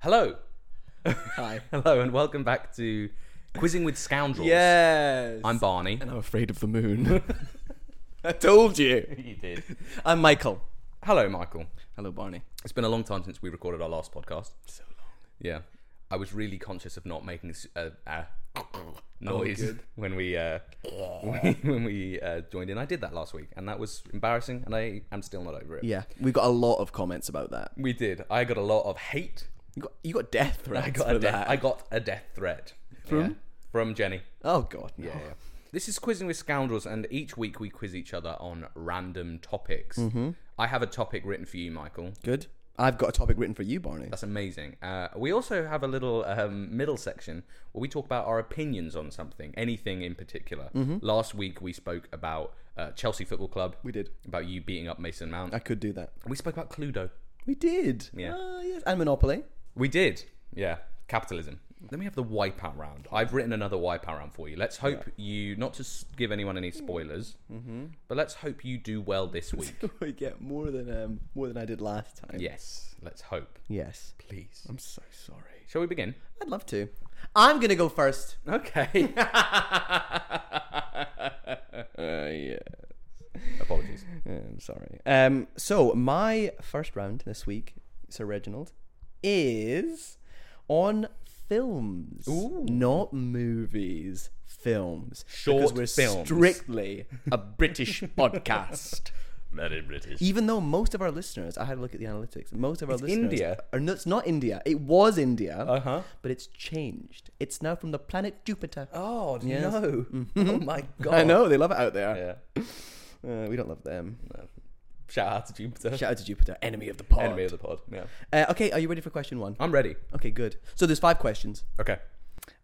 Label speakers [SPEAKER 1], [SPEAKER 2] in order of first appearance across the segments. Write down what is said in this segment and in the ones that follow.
[SPEAKER 1] Hello.
[SPEAKER 2] Hi.
[SPEAKER 1] Hello, and welcome back to Quizzing with Scoundrels.
[SPEAKER 2] Yes.
[SPEAKER 1] I'm Barney.
[SPEAKER 2] And I'm afraid of the moon. I told you.
[SPEAKER 1] You did.
[SPEAKER 2] I'm Michael.
[SPEAKER 1] Hello, Michael.
[SPEAKER 2] Hello, Barney.
[SPEAKER 1] It's been a long time since we recorded our last podcast.
[SPEAKER 2] So long.
[SPEAKER 1] Yeah. I was really conscious of not making s- a, a noise
[SPEAKER 2] Oh, good.
[SPEAKER 1] when we uh, when we uh, joined in. I did that last week, and that was embarrassing, and I am still not over it.
[SPEAKER 2] Yeah, we got a lot of comments about that.
[SPEAKER 1] We did. I got a lot of hate.
[SPEAKER 2] You got, you got death threats
[SPEAKER 1] I got
[SPEAKER 2] for
[SPEAKER 1] a death.
[SPEAKER 2] that.
[SPEAKER 1] I got a death threat
[SPEAKER 2] From?
[SPEAKER 1] Yeah. from Jenny.
[SPEAKER 2] Oh God, no.
[SPEAKER 1] Yeah, yeah. This is Quizzing with Scoundrels, and each week we quiz each other on random topics. I have a topic written for you, Michael.
[SPEAKER 2] Good. I've got a topic written for you, Barney.
[SPEAKER 1] That's amazing. Uh, we also have a little um, middle section where we talk about our opinions on something, anything in particular. Last week we spoke about uh, Chelsea Football Club,
[SPEAKER 2] We did.
[SPEAKER 1] about you beating up Mason Mount.
[SPEAKER 2] I could do that.
[SPEAKER 1] we spoke about Cluedo.
[SPEAKER 2] We did.
[SPEAKER 1] Yeah.
[SPEAKER 2] Ah, yes. And Monopoly.
[SPEAKER 1] We did. Yeah. Capitalism. Then we have the wipeout round. I've written another wipeout round for you. Let's hope you, not to s- give anyone any spoilers, but let's hope you do well Mm-hmm. this week.
[SPEAKER 2] we get more than um, more than I did last time.
[SPEAKER 1] yes. Let's hope.
[SPEAKER 2] Yes.
[SPEAKER 1] Please.
[SPEAKER 2] I'm so sorry.
[SPEAKER 1] Shall we begin?
[SPEAKER 2] I'd love to. I'm gonna go first.
[SPEAKER 1] Okay.
[SPEAKER 2] Uh, yeah.
[SPEAKER 1] Apologies.
[SPEAKER 2] I'm sorry. Um, so my first round this week, Sir Reginald, is on films,
[SPEAKER 1] Ooh.
[SPEAKER 2] not movies. Films,
[SPEAKER 1] Short
[SPEAKER 2] because we're
[SPEAKER 1] films.
[SPEAKER 2] strictly a British podcast.
[SPEAKER 1] Very British.
[SPEAKER 2] Even though most of our listeners, I had a look at the analytics. Most of our listeners
[SPEAKER 1] India.
[SPEAKER 2] are no, it's not India. It was India,
[SPEAKER 1] Uh huh.
[SPEAKER 2] but it's changed. It's now from the planet Jupiter.
[SPEAKER 1] Oh
[SPEAKER 2] Yes. Mm-hmm.
[SPEAKER 1] no! Oh my god!
[SPEAKER 2] I know they love it out there.
[SPEAKER 1] Yeah.
[SPEAKER 2] Uh, we don't love them.
[SPEAKER 1] Shout out to Jupiter,
[SPEAKER 2] Shout out to Jupiter, enemy of the pod.
[SPEAKER 1] enemy of the pod. Yeah.
[SPEAKER 2] Uh, okay, are you ready for question one?
[SPEAKER 1] I'm ready.
[SPEAKER 2] Okay, good. So there's five questions,
[SPEAKER 1] Okay.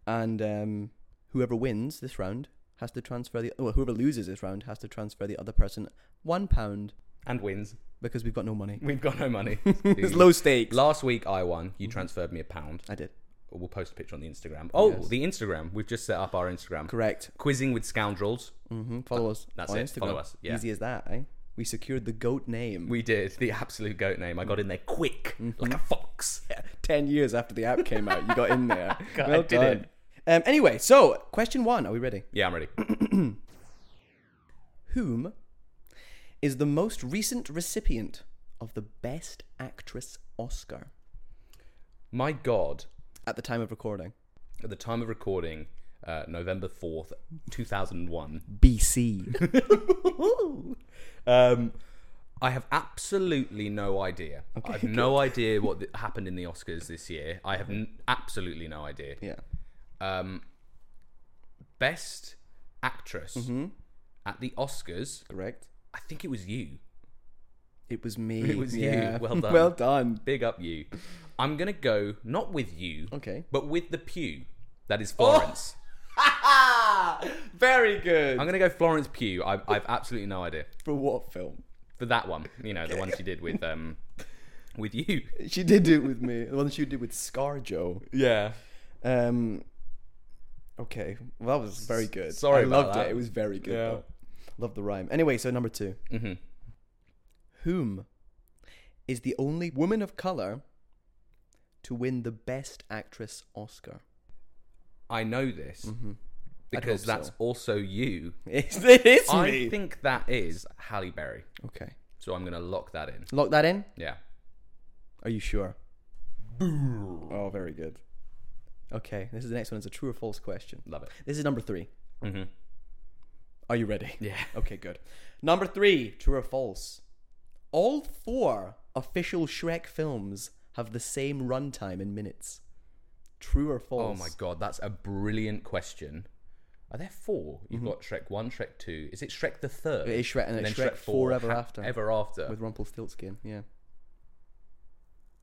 [SPEAKER 2] and um, whoever wins this round has to transfer the. Well, whoever loses this round has to transfer the other person one pound
[SPEAKER 1] And wins.
[SPEAKER 2] because we've got no money.
[SPEAKER 1] We've got no Mm-hmm. money.
[SPEAKER 2] It's low stakes.
[SPEAKER 1] Last week I won. You transferred me a pound.
[SPEAKER 2] I did
[SPEAKER 1] We'll post a picture on the Instagram. Oh,
[SPEAKER 2] Yes.
[SPEAKER 1] the Instagram. We've just set up our Instagram.
[SPEAKER 2] correct.
[SPEAKER 1] Quizzing with scoundrels.
[SPEAKER 2] hmm Follow us.
[SPEAKER 1] that's
[SPEAKER 2] on
[SPEAKER 1] it.
[SPEAKER 2] Instagram.
[SPEAKER 1] Follow us, yeah.
[SPEAKER 2] Easy as that. Eh? We secured the goat name
[SPEAKER 1] We did the absolute goat name. I got in there quick, like a fox.
[SPEAKER 2] ten years after the app came out. You got in there.
[SPEAKER 1] God, I
[SPEAKER 2] well
[SPEAKER 1] did
[SPEAKER 2] done.
[SPEAKER 1] it.
[SPEAKER 2] Um, anyway, so question one. Are we ready?
[SPEAKER 1] Yeah, I'm ready.
[SPEAKER 2] Whom is the most recent recipient of the Best Actress Oscar?
[SPEAKER 1] My God,
[SPEAKER 2] at the time of recording.
[SPEAKER 1] at the time of recording, uh, November fourth, two thousand one.
[SPEAKER 2] BC.
[SPEAKER 1] um, I have absolutely no idea. I have no idea what th- happened in the Oscars this year. I have n- absolutely no idea.
[SPEAKER 2] yeah.
[SPEAKER 1] Um, best actress at the Oscars.
[SPEAKER 2] Correct.
[SPEAKER 1] I think it was you.
[SPEAKER 2] It was me.
[SPEAKER 1] It was you.
[SPEAKER 2] Yeah.
[SPEAKER 1] Well done.
[SPEAKER 2] well done.
[SPEAKER 1] Big up you. I'm gonna go not with you,
[SPEAKER 2] Okay. Oh.
[SPEAKER 1] but with the pew. That is Florence.
[SPEAKER 2] Very good.
[SPEAKER 1] I'm gonna go Florence Pugh. I've, I've absolutely no idea
[SPEAKER 2] For what film?
[SPEAKER 1] for that one. You know the one she did with um, with you.
[SPEAKER 2] She did do it with me. The one she did with ScarJo.
[SPEAKER 1] Yeah.
[SPEAKER 2] Um. Okay. Well, that was very good.
[SPEAKER 1] Sorry
[SPEAKER 2] I
[SPEAKER 1] about
[SPEAKER 2] loved
[SPEAKER 1] that.
[SPEAKER 2] it. It was very good.
[SPEAKER 1] Yeah.
[SPEAKER 2] Though. Love the rhyme. Anyway, so number two.
[SPEAKER 1] Mm-hmm.
[SPEAKER 2] Whom is the only woman of color to win the Best Actress Oscar?
[SPEAKER 1] I know this because
[SPEAKER 2] Mm-hmm. hope
[SPEAKER 1] that's
[SPEAKER 2] so.
[SPEAKER 1] also you.
[SPEAKER 2] It's, it is
[SPEAKER 1] I
[SPEAKER 2] me.
[SPEAKER 1] think that is Halle Berry.
[SPEAKER 2] okay.
[SPEAKER 1] So I'm going to lock that in.
[SPEAKER 2] Lock that in.
[SPEAKER 1] Yeah.
[SPEAKER 2] Are you sure? Oh, very good. Okay, this is the next one. It's a true or false question.
[SPEAKER 1] Love it.
[SPEAKER 2] This is number three.
[SPEAKER 1] Mm-hmm.
[SPEAKER 2] Are you ready?
[SPEAKER 1] Yeah.
[SPEAKER 2] Okay, good. Number three, true or false. All four official Shrek films have the same runtime in minutes. True or
[SPEAKER 1] Oh
[SPEAKER 2] false?
[SPEAKER 1] my God. That's a brilliant question. Are there four? You've got Shrek 1, Shrek 2. Is it Shrek the third?
[SPEAKER 2] Mm-hmm. It is Shrek, and it's Shrek Four Ever After.
[SPEAKER 1] Ever After.
[SPEAKER 2] With Rumpelstiltskin, yeah.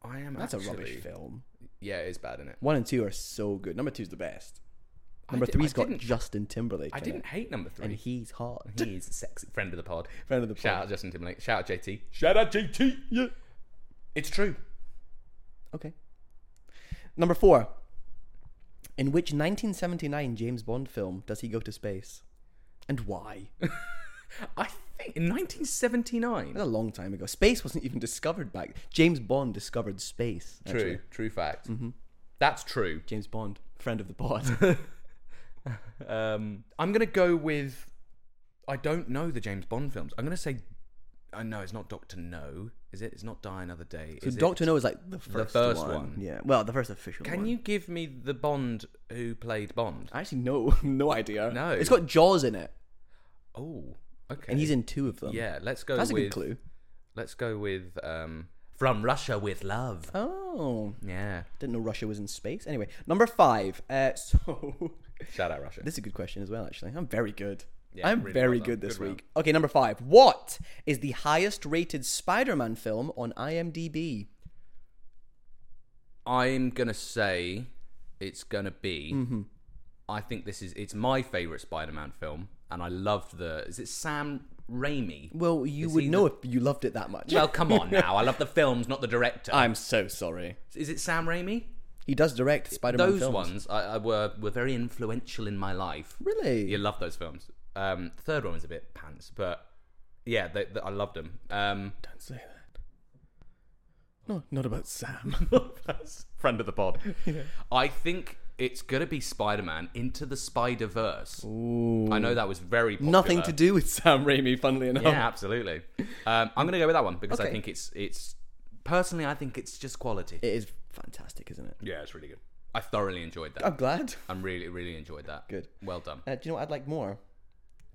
[SPEAKER 1] I am
[SPEAKER 2] That's
[SPEAKER 1] actually...
[SPEAKER 2] a rubbish film.
[SPEAKER 1] Yeah, it is bad, isn't it?
[SPEAKER 2] One and two are so good. Number two's the best.
[SPEAKER 1] I
[SPEAKER 2] Number
[SPEAKER 1] di-
[SPEAKER 2] three's
[SPEAKER 1] I
[SPEAKER 2] got
[SPEAKER 1] didn't-
[SPEAKER 2] Justin Timberlake.
[SPEAKER 1] I
[SPEAKER 2] in
[SPEAKER 1] didn't
[SPEAKER 2] it,
[SPEAKER 1] hate number three.
[SPEAKER 2] and he's hot.
[SPEAKER 1] He's sexy. Friend of the pod.
[SPEAKER 2] Friend of the
[SPEAKER 1] Shout
[SPEAKER 2] pod.
[SPEAKER 1] out Justin Timberlake. Shout out JT. Shout out JT. Yeah. It's true.
[SPEAKER 2] Okay. Number four. In which 1979 James Bond film does he go to space? And why?
[SPEAKER 1] I think in 1979.
[SPEAKER 2] That's a long time ago. Space wasn't even discovered back. James Bond discovered space.
[SPEAKER 1] True,
[SPEAKER 2] actually.
[SPEAKER 1] true fact.
[SPEAKER 2] Mm-hmm.
[SPEAKER 1] That's true.
[SPEAKER 2] James Bond, friend of the pod.
[SPEAKER 1] Um, I'm gonna go with. I don't know the James Bond films. I'm gonna say. I know it's not Doctor No, is it? It's not Die Another Day.
[SPEAKER 2] so
[SPEAKER 1] is it?
[SPEAKER 2] Doctor No is like the first,
[SPEAKER 1] first
[SPEAKER 2] one.
[SPEAKER 1] one.
[SPEAKER 2] Yeah. Well, the first official
[SPEAKER 1] Can
[SPEAKER 2] one.
[SPEAKER 1] you give me the Bond who played Bond?
[SPEAKER 2] Actually, no, no idea.
[SPEAKER 1] No.
[SPEAKER 2] It's got Jaws in it,
[SPEAKER 1] Oh, okay.
[SPEAKER 2] and he's in two of them.
[SPEAKER 1] Yeah, let's go
[SPEAKER 2] That's a
[SPEAKER 1] with.
[SPEAKER 2] good clue.
[SPEAKER 1] Let's go with um, From Russia with Love.
[SPEAKER 2] Oh,
[SPEAKER 1] Yeah,
[SPEAKER 2] didn't know Russia was in space. Anyway, number five. Uh, so
[SPEAKER 1] shout out Russia.
[SPEAKER 2] this is a good question as well. Actually, I'm very good.
[SPEAKER 1] Yeah,
[SPEAKER 2] I'm
[SPEAKER 1] really
[SPEAKER 2] very
[SPEAKER 1] well done.
[SPEAKER 2] good this
[SPEAKER 1] Good round.
[SPEAKER 2] week. Okay, number five. What is the highest-rated Spider-Man film on IMDb?
[SPEAKER 1] I'm gonna say it's gonna be.
[SPEAKER 2] Mm-hmm.
[SPEAKER 1] I think this is it's my favorite Spider-Man film, and I loved the. Is it Sam Raimi?
[SPEAKER 2] Well, you
[SPEAKER 1] Is
[SPEAKER 2] would
[SPEAKER 1] he
[SPEAKER 2] know if you loved it that much.
[SPEAKER 1] Well, come on now. I love the films, not the director.
[SPEAKER 2] I'm so sorry.
[SPEAKER 1] Is it Sam Raimi?
[SPEAKER 2] He does direct Spider-Man
[SPEAKER 1] Those
[SPEAKER 2] films.
[SPEAKER 1] ones I, I were were very influential in my life.
[SPEAKER 2] Really?
[SPEAKER 1] You love those films. Um, the third one was a bit pants, but yeah, they, they- I loved them. Um,
[SPEAKER 2] Don't say that. No, not about Sam.
[SPEAKER 1] friend of the pod. I think it's gonna be Spider-Man into the Spider Verse. I know that was very popular.
[SPEAKER 2] Nothing to do with Sam Raimi, funnily enough.
[SPEAKER 1] Yeah, absolutely. Um, I'm gonna go with that one because I
[SPEAKER 2] Okay.
[SPEAKER 1] think it's it's personally I think it's just quality.
[SPEAKER 2] It is fantastic, isn't it?
[SPEAKER 1] yeah, it's really good. I thoroughly enjoyed that.
[SPEAKER 2] I'm glad.
[SPEAKER 1] I'm really, really enjoyed that.
[SPEAKER 2] Good.
[SPEAKER 1] Well done.
[SPEAKER 2] Uh, do you know what I'd like more?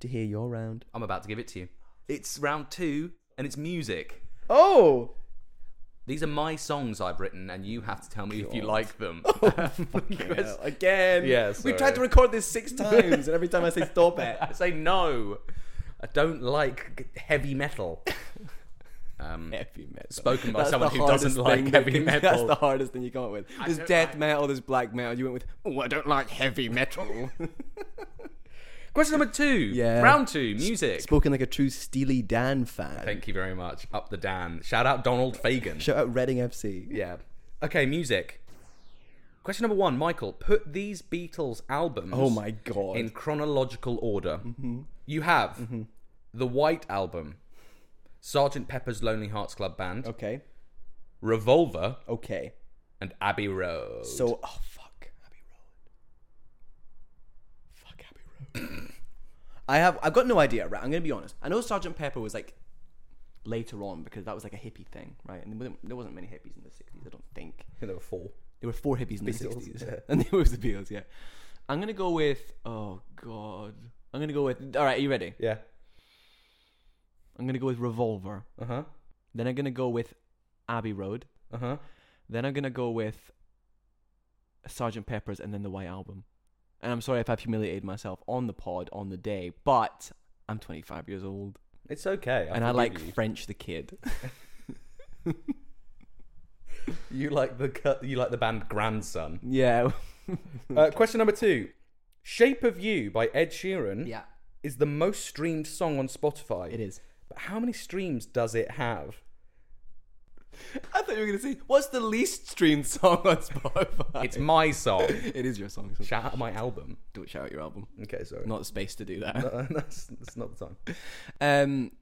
[SPEAKER 2] To hear your round.
[SPEAKER 1] I'm about to give it to you. It's round two, and it's music.
[SPEAKER 2] Oh!
[SPEAKER 1] These are my songs I've written, and you have to tell me if you
[SPEAKER 2] God. Oh,
[SPEAKER 1] like them. Because
[SPEAKER 2] again.
[SPEAKER 1] Yeah,
[SPEAKER 2] We
[SPEAKER 1] sorry.
[SPEAKER 2] tried to record this six times, and every time I say stop it.
[SPEAKER 1] I say no. I don't like g- heavy metal. Um,
[SPEAKER 2] Heavy metal.
[SPEAKER 1] Spoken by
[SPEAKER 2] That's
[SPEAKER 1] someone
[SPEAKER 2] the
[SPEAKER 1] who doesn't
[SPEAKER 2] hardest
[SPEAKER 1] like
[SPEAKER 2] thing
[SPEAKER 1] heavy
[SPEAKER 2] that can-
[SPEAKER 1] metal.
[SPEAKER 2] That's the hardest thing you come up with. There's
[SPEAKER 1] don't
[SPEAKER 2] death
[SPEAKER 1] like-
[SPEAKER 2] metal, there's black metal. You went with, oh, I don't like heavy metal.
[SPEAKER 1] question number two.
[SPEAKER 2] Yeah.
[SPEAKER 1] Round two. Music.
[SPEAKER 2] Spoken like a true Steely Dan fan.
[SPEAKER 1] Thank you very much. Up the Dan. Shout out Donald Fagan.
[SPEAKER 2] Shout out Reading FC.
[SPEAKER 1] yeah. Okay, music. Question number one, Michael. Put these Beatles albums.
[SPEAKER 2] Oh my god. Mm-hmm.
[SPEAKER 1] in chronological order. You have the White Album, Sergeant Pepper's Lonely Hearts Club Band,
[SPEAKER 2] okay.
[SPEAKER 1] Revolver,
[SPEAKER 2] Okay.
[SPEAKER 1] and Abbey Road.
[SPEAKER 2] So, oh fuck, Abbey Road. Fuck Abbey Road. I have, I've got no idea. Right, I'm gonna be honest. I know Sergeant Pepper was like later on because that was like a hippie thing, right? And there wasn't, there wasn't many hippies in the '60s, I don't think.
[SPEAKER 1] there were four.
[SPEAKER 2] There were four hippies in the
[SPEAKER 1] Beatles,
[SPEAKER 2] '60s,
[SPEAKER 1] yeah.
[SPEAKER 2] and there was the Beatles. Yeah, I'm gonna go with. Oh god, I'm gonna go with. All right, are you ready?
[SPEAKER 1] Yeah.
[SPEAKER 2] I'm gonna go with Revolver.
[SPEAKER 1] Uh huh.
[SPEAKER 2] Then I'm gonna go with Abbey Road.
[SPEAKER 1] Uh huh.
[SPEAKER 2] Then I'm gonna go with Sergeant Pepper's and then the White Album. And I'm sorry if I've humiliated myself on the pod on the day, but I'm 25 years old
[SPEAKER 1] It's okay.
[SPEAKER 2] and I
[SPEAKER 1] forgive
[SPEAKER 2] like
[SPEAKER 1] you.
[SPEAKER 2] French the Kid.
[SPEAKER 1] you like the cu- you like the band Grandson.
[SPEAKER 2] yeah,
[SPEAKER 1] Uh, question number two: "Shape of You" by Ed Sheeran
[SPEAKER 2] yeah,
[SPEAKER 1] is the most streamed song on Spotify.
[SPEAKER 2] it is.
[SPEAKER 1] But how many streams does it have?
[SPEAKER 2] I thought you were gonna say what's the least streamed song on Spotify?
[SPEAKER 1] It's my song.
[SPEAKER 2] it is your song. So
[SPEAKER 1] Shout out my album.
[SPEAKER 2] do it, shout out your album.
[SPEAKER 1] Okay, sorry.
[SPEAKER 2] Not the space to do that.
[SPEAKER 1] Uh, that's, that's not the time.
[SPEAKER 2] Um,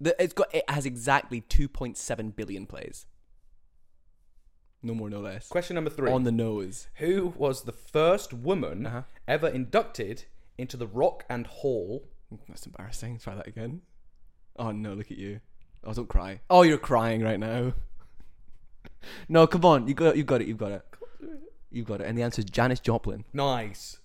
[SPEAKER 2] the, it's got it has exactly 2.7 billion plays. No more, no less.
[SPEAKER 1] Question number three.
[SPEAKER 2] On the nose.
[SPEAKER 1] who was the first woman
[SPEAKER 2] Uh-huh.
[SPEAKER 1] ever inducted into the Rock and Hall.
[SPEAKER 2] That's embarrassing. Try that again. Oh no, look at you. Oh, don't cry. Oh, you're crying right now. No, come on. You got you got it. You got it. You got it. And the answer is Janis Joplin.
[SPEAKER 1] Nice.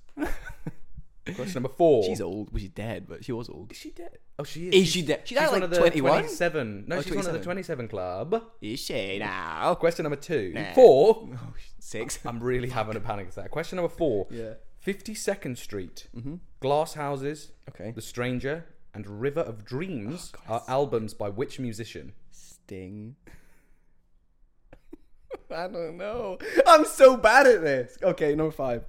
[SPEAKER 1] Question number four.
[SPEAKER 2] She's old. Well, she's dead, but she was old.
[SPEAKER 1] Is she dead? Oh, she is.
[SPEAKER 2] Is she dead?
[SPEAKER 1] She's
[SPEAKER 2] She's like
[SPEAKER 1] one of the
[SPEAKER 2] 21?
[SPEAKER 1] 27. No,
[SPEAKER 2] Oh,
[SPEAKER 1] she's one of the 27 club.
[SPEAKER 2] Is she now?
[SPEAKER 1] Question number two.
[SPEAKER 2] Nah.
[SPEAKER 1] Four.
[SPEAKER 2] Oh, she's six.
[SPEAKER 1] I'm really having a panic attack. Question number four.
[SPEAKER 2] Yeah. Mm-hmm.
[SPEAKER 1] 52nd Street, Glass Houses,
[SPEAKER 2] Okay.
[SPEAKER 1] The Stranger, and River of Dreams are albums by which musician?
[SPEAKER 2] Sting. I don't know. I'm so bad at this. Okay, number five.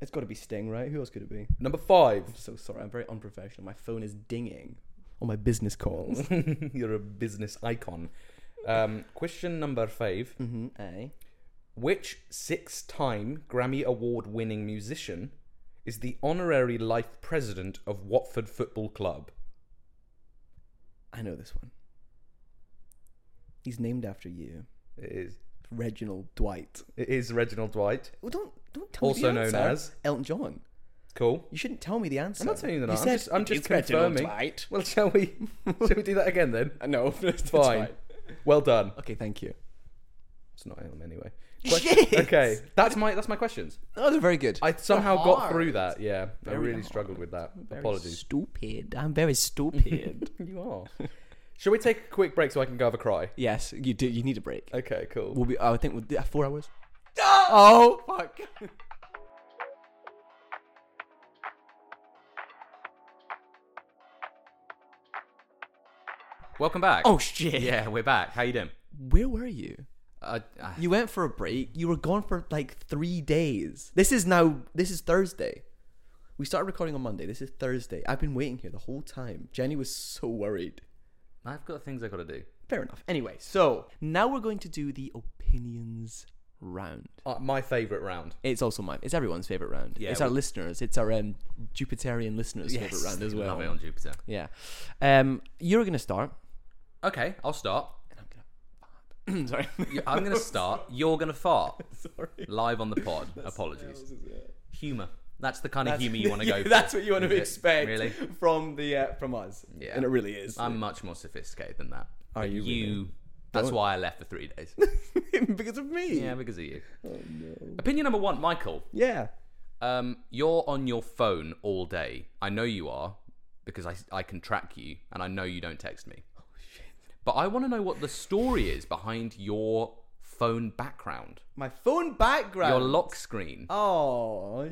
[SPEAKER 2] It's got to be Sting, right? Who else could it be?
[SPEAKER 1] Number five.
[SPEAKER 2] So sorry, I'm very unprofessional. My phone is dinging on my business calls.
[SPEAKER 1] You're a business icon. Um, question number five.
[SPEAKER 2] mm-hmm. A.
[SPEAKER 1] Which six time Grammy Award winning musician is the honorary life president of Watford Football Club?
[SPEAKER 2] I know this one. He's named after you,
[SPEAKER 1] It is.
[SPEAKER 2] Reginald Dwight.
[SPEAKER 1] It is Reginald Dwight,
[SPEAKER 2] Well, don't don't tell
[SPEAKER 1] Also
[SPEAKER 2] me the
[SPEAKER 1] known
[SPEAKER 2] answer.
[SPEAKER 1] as-
[SPEAKER 2] Elton John.
[SPEAKER 1] cool.
[SPEAKER 2] You shouldn't tell me the answer.
[SPEAKER 1] I'm not telling you that.
[SPEAKER 2] You
[SPEAKER 1] I'm
[SPEAKER 2] said
[SPEAKER 1] just, I'm just
[SPEAKER 2] it's Reginald
[SPEAKER 1] confirming.
[SPEAKER 2] Dwight.
[SPEAKER 1] Well, shall we? shall we do that again then?
[SPEAKER 2] I know. It's
[SPEAKER 1] Fine.
[SPEAKER 2] fine.
[SPEAKER 1] Well done.
[SPEAKER 3] Okay, thank you.
[SPEAKER 1] It's not him anyway.
[SPEAKER 2] Shit.
[SPEAKER 1] Okay, that's my that's my questions.
[SPEAKER 3] Oh, they're very good.
[SPEAKER 1] I somehow got
[SPEAKER 2] hard.
[SPEAKER 1] through that. Yeah, I
[SPEAKER 3] Very
[SPEAKER 1] really
[SPEAKER 3] hard.
[SPEAKER 1] struggled with that. Apologies.
[SPEAKER 3] Stupid. I'm very stupid.
[SPEAKER 1] You are. Shall we take a quick break so I can go have a cry?
[SPEAKER 3] yes, you do. You need a break.
[SPEAKER 1] Okay, cool.
[SPEAKER 3] We'll be. I think we'll do four hours. Oh fuck.
[SPEAKER 1] Welcome back.
[SPEAKER 3] Oh shit.
[SPEAKER 1] yeah, we're back. How you doing?
[SPEAKER 3] Where were you?
[SPEAKER 1] Uh, uh,
[SPEAKER 3] You went for a break.
[SPEAKER 2] You were gone for like three days. This is now. This is Thursday. We started recording on Monday. This is Thursday. I've been waiting here the whole time. Jenny was so worried.
[SPEAKER 1] I've got things I got to do.
[SPEAKER 2] Fair enough. Anyway,
[SPEAKER 3] So now we're going to do the opinions round.
[SPEAKER 1] Uh, my favorite round.
[SPEAKER 3] It's also mine. It's everyone's favorite round.
[SPEAKER 1] Yeah,
[SPEAKER 3] it's our
[SPEAKER 1] we-
[SPEAKER 3] listeners. It's our um, Jupiterian listeners' favorite round as well.
[SPEAKER 1] Love it on Jupiter.
[SPEAKER 3] Yeah. Um, you're gonna start.
[SPEAKER 1] Okay, I'll start.
[SPEAKER 3] And I'm gonna. Sorry.
[SPEAKER 1] You- I'm gonna start. You're gonna fart. Sorry. Live on the pod. Apologies. Humor. That's the kind of humor you want to go for.
[SPEAKER 3] That's what you want
[SPEAKER 1] Is
[SPEAKER 3] to
[SPEAKER 1] it?
[SPEAKER 3] expect
[SPEAKER 1] Really?
[SPEAKER 3] from the uh, from us.
[SPEAKER 1] Yeah.
[SPEAKER 3] And it really is.
[SPEAKER 1] I'm much more sophisticated than that.
[SPEAKER 3] Are
[SPEAKER 1] But
[SPEAKER 3] you really?
[SPEAKER 1] That's why I left for three days.
[SPEAKER 3] because of me.
[SPEAKER 1] yeah, because of you. Oh no. Opinion number one, Michael.
[SPEAKER 3] Yeah.
[SPEAKER 1] Um, you're on your phone all day. I know you are because I I can track you, and I know you don't text me. Oh shit! But I want to know what the story is behind your phone background,
[SPEAKER 3] My phone background.
[SPEAKER 1] your lock screen.
[SPEAKER 3] oh,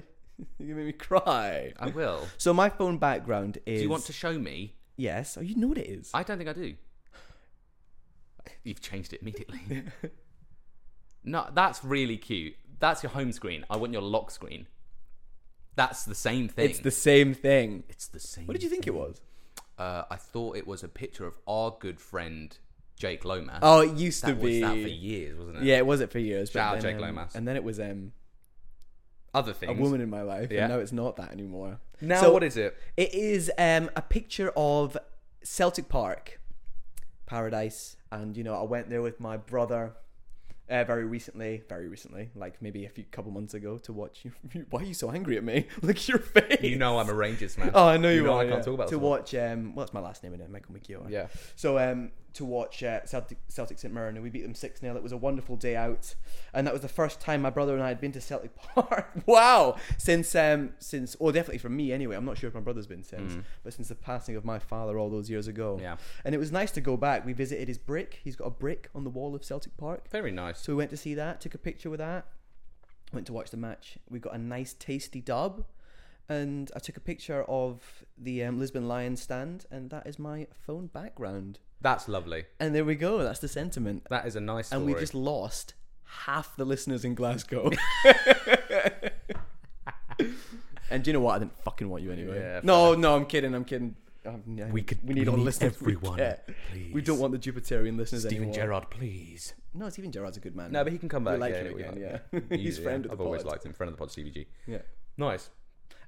[SPEAKER 3] you made me cry.
[SPEAKER 1] I will.
[SPEAKER 2] so my phone background is.
[SPEAKER 1] Do you want to show me?
[SPEAKER 2] Yes. Oh, you know what it is.
[SPEAKER 1] I don't think I do. You've changed it immediately. no, that's really cute. That's your home screen. I want your lock screen. That's the same thing.
[SPEAKER 2] It's the same thing.
[SPEAKER 1] It's the same.
[SPEAKER 2] What did you think it
[SPEAKER 1] Mm.
[SPEAKER 2] was?
[SPEAKER 1] Uh, I thought it was a picture of our good friend Jake Lomas.
[SPEAKER 2] Oh, it used
[SPEAKER 1] that
[SPEAKER 2] to
[SPEAKER 1] was
[SPEAKER 2] be.
[SPEAKER 1] that for years, wasn't it?
[SPEAKER 2] Yeah, it was it for years. but
[SPEAKER 1] Shout out
[SPEAKER 2] then,
[SPEAKER 1] Jake
[SPEAKER 2] um,
[SPEAKER 1] Lomas.
[SPEAKER 2] And then it was um,
[SPEAKER 1] Other
[SPEAKER 2] a
[SPEAKER 1] things.
[SPEAKER 2] woman in my life,
[SPEAKER 1] Yeah.
[SPEAKER 2] and now it's not that anymore.
[SPEAKER 1] Now
[SPEAKER 2] So-
[SPEAKER 1] what is it?
[SPEAKER 2] It is um, a picture of Celtic Park, Paradise, and you know I went there with my brother uh, very recently, very recently, like maybe a few couple months ago to watch. Why are you so angry at me? Look at your face.
[SPEAKER 1] You know I'm a Rangers man.
[SPEAKER 2] Oh, I know you,
[SPEAKER 1] know
[SPEAKER 2] are.
[SPEAKER 1] I can't
[SPEAKER 2] yeah.
[SPEAKER 1] talk about
[SPEAKER 2] to
[SPEAKER 1] this one.
[SPEAKER 2] watch. Um, what's my last name in it? Michael McGill.
[SPEAKER 1] Yeah.
[SPEAKER 2] So um, to watch uh, Celtic, Celtic St Mirren, and we beat them six 0 It was a wonderful day out, and that was the first time my brother and I had been to Celtic Park. wow! Since um, since oh, definitely from me anyway. I'm not sure if my brother's been since, but since the passing of my father all those years ago.
[SPEAKER 1] Mm. Yeah.
[SPEAKER 2] And it was nice to go back. We visited his brick. He's got a brick on the wall of Celtic Park.
[SPEAKER 1] Very nice.
[SPEAKER 2] So we went to see that, took a picture with that, went to watch the match. We got a nice, tasty dub, and I took a picture of the um, Lisbon Lions stand, and that is my phone background.
[SPEAKER 1] That's lovely.
[SPEAKER 2] And there we go. That's the sentiment.
[SPEAKER 1] That is a nice story.
[SPEAKER 2] And we just lost half the listeners in Glasgow. and do you know what? I didn't fucking want you anyway.
[SPEAKER 1] Yeah, fair
[SPEAKER 2] no, no, I'm kidding. I'm kidding. Um, yeah,
[SPEAKER 1] We could-
[SPEAKER 2] We need
[SPEAKER 1] we
[SPEAKER 2] all the
[SPEAKER 1] need
[SPEAKER 2] listeners.
[SPEAKER 1] everyone,
[SPEAKER 2] we, get. we
[SPEAKER 1] please.
[SPEAKER 2] don't want the Jupiterian listeners
[SPEAKER 1] Steven
[SPEAKER 2] anymore.
[SPEAKER 1] Gerrard, please.
[SPEAKER 2] No, Stephen Gerrard's a good man.
[SPEAKER 1] No, but he can come
[SPEAKER 2] We
[SPEAKER 1] back.
[SPEAKER 2] like
[SPEAKER 1] yeah,
[SPEAKER 2] him
[SPEAKER 1] we
[SPEAKER 2] again,
[SPEAKER 1] like
[SPEAKER 2] yeah.
[SPEAKER 1] him.
[SPEAKER 2] He's friend of
[SPEAKER 1] I've
[SPEAKER 2] the
[SPEAKER 1] always
[SPEAKER 2] pod.
[SPEAKER 1] liked him. Friend of the pod, CVG.
[SPEAKER 2] Yeah.
[SPEAKER 1] Nice.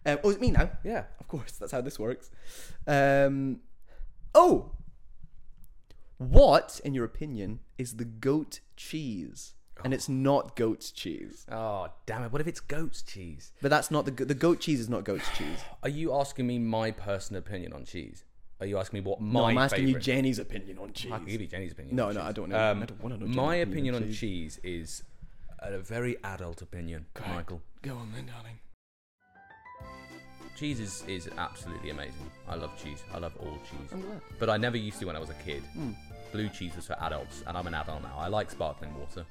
[SPEAKER 2] Um, oh, it's me now.
[SPEAKER 1] Yeah.
[SPEAKER 2] Of course, that's how this works. Um, oh, what, in your opinion, is the goat cheese? And it's not goat's cheese.
[SPEAKER 1] Oh damn it! What if it's goat's cheese?
[SPEAKER 2] But that's not the go- the goat cheese is not goat's cheese.
[SPEAKER 1] Are you asking me my personal opinion on cheese? Are you asking me what my
[SPEAKER 2] No, I'm asking
[SPEAKER 1] favorite?
[SPEAKER 2] you Jenny's opinion on cheese.
[SPEAKER 1] I can give you Jenny's opinion.
[SPEAKER 2] No,
[SPEAKER 1] on
[SPEAKER 2] no,
[SPEAKER 1] cheese.
[SPEAKER 2] I don't know. I don't wanna know
[SPEAKER 1] Um, My
[SPEAKER 2] Jenny's
[SPEAKER 1] opinion
[SPEAKER 2] opinion on
[SPEAKER 1] on cheese is a very adult opinion, Michael.
[SPEAKER 3] Go on then, darling.
[SPEAKER 1] Cheese is, is absolutely amazing. I love cheese. I love all cheese.
[SPEAKER 2] I'm glad.
[SPEAKER 1] But I never used to when I was a kid.
[SPEAKER 2] Hmm.
[SPEAKER 1] Blue cheese was for adults, and I'm an adult now. I like sparkling water.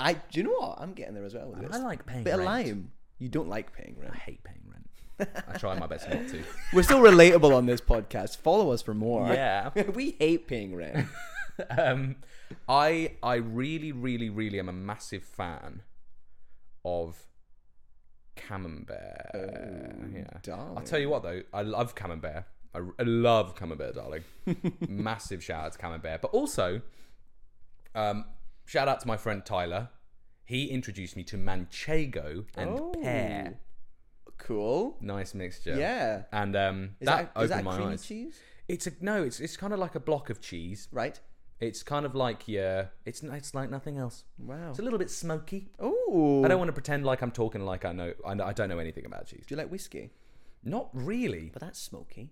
[SPEAKER 2] I do you know what? I'm getting there as well with this.
[SPEAKER 1] I like paying
[SPEAKER 2] Bit of
[SPEAKER 1] rent.
[SPEAKER 2] lime. You don't like paying rent.
[SPEAKER 1] I hate paying rent. I try my best not to.
[SPEAKER 2] We're still relatable on this podcast. Follow us for more.
[SPEAKER 1] Yeah.
[SPEAKER 2] we hate paying rent.
[SPEAKER 1] um, I I really really really am a massive fan of camembert.
[SPEAKER 2] Oh,
[SPEAKER 1] yeah, I'll tell you what though, I love camembert. I, r- I love camembert, darling. massive shout out to camembert, but also um, shout out to my friend Tyler. He introduced me to manchego and
[SPEAKER 2] Oh.
[SPEAKER 1] pear.
[SPEAKER 2] Cool.
[SPEAKER 1] Nice mixture.
[SPEAKER 2] Yeah.
[SPEAKER 1] And um,
[SPEAKER 2] Is
[SPEAKER 1] that,
[SPEAKER 2] that, Oh. is
[SPEAKER 1] opened
[SPEAKER 2] that
[SPEAKER 1] my
[SPEAKER 2] creamy
[SPEAKER 1] eyes.
[SPEAKER 2] cheese?
[SPEAKER 1] It's a no. It's it's kind of like a block of cheese.
[SPEAKER 2] right?
[SPEAKER 1] It's kind of like yeah. It's n- it's like nothing else.
[SPEAKER 2] Wow.
[SPEAKER 1] It's a little bit smoky.
[SPEAKER 2] Oh.
[SPEAKER 1] I don't want to pretend like I'm talking like I know. I, know, I don't know anything about cheese.
[SPEAKER 2] Do you like whiskey?
[SPEAKER 1] Not really.
[SPEAKER 2] But that's smoky.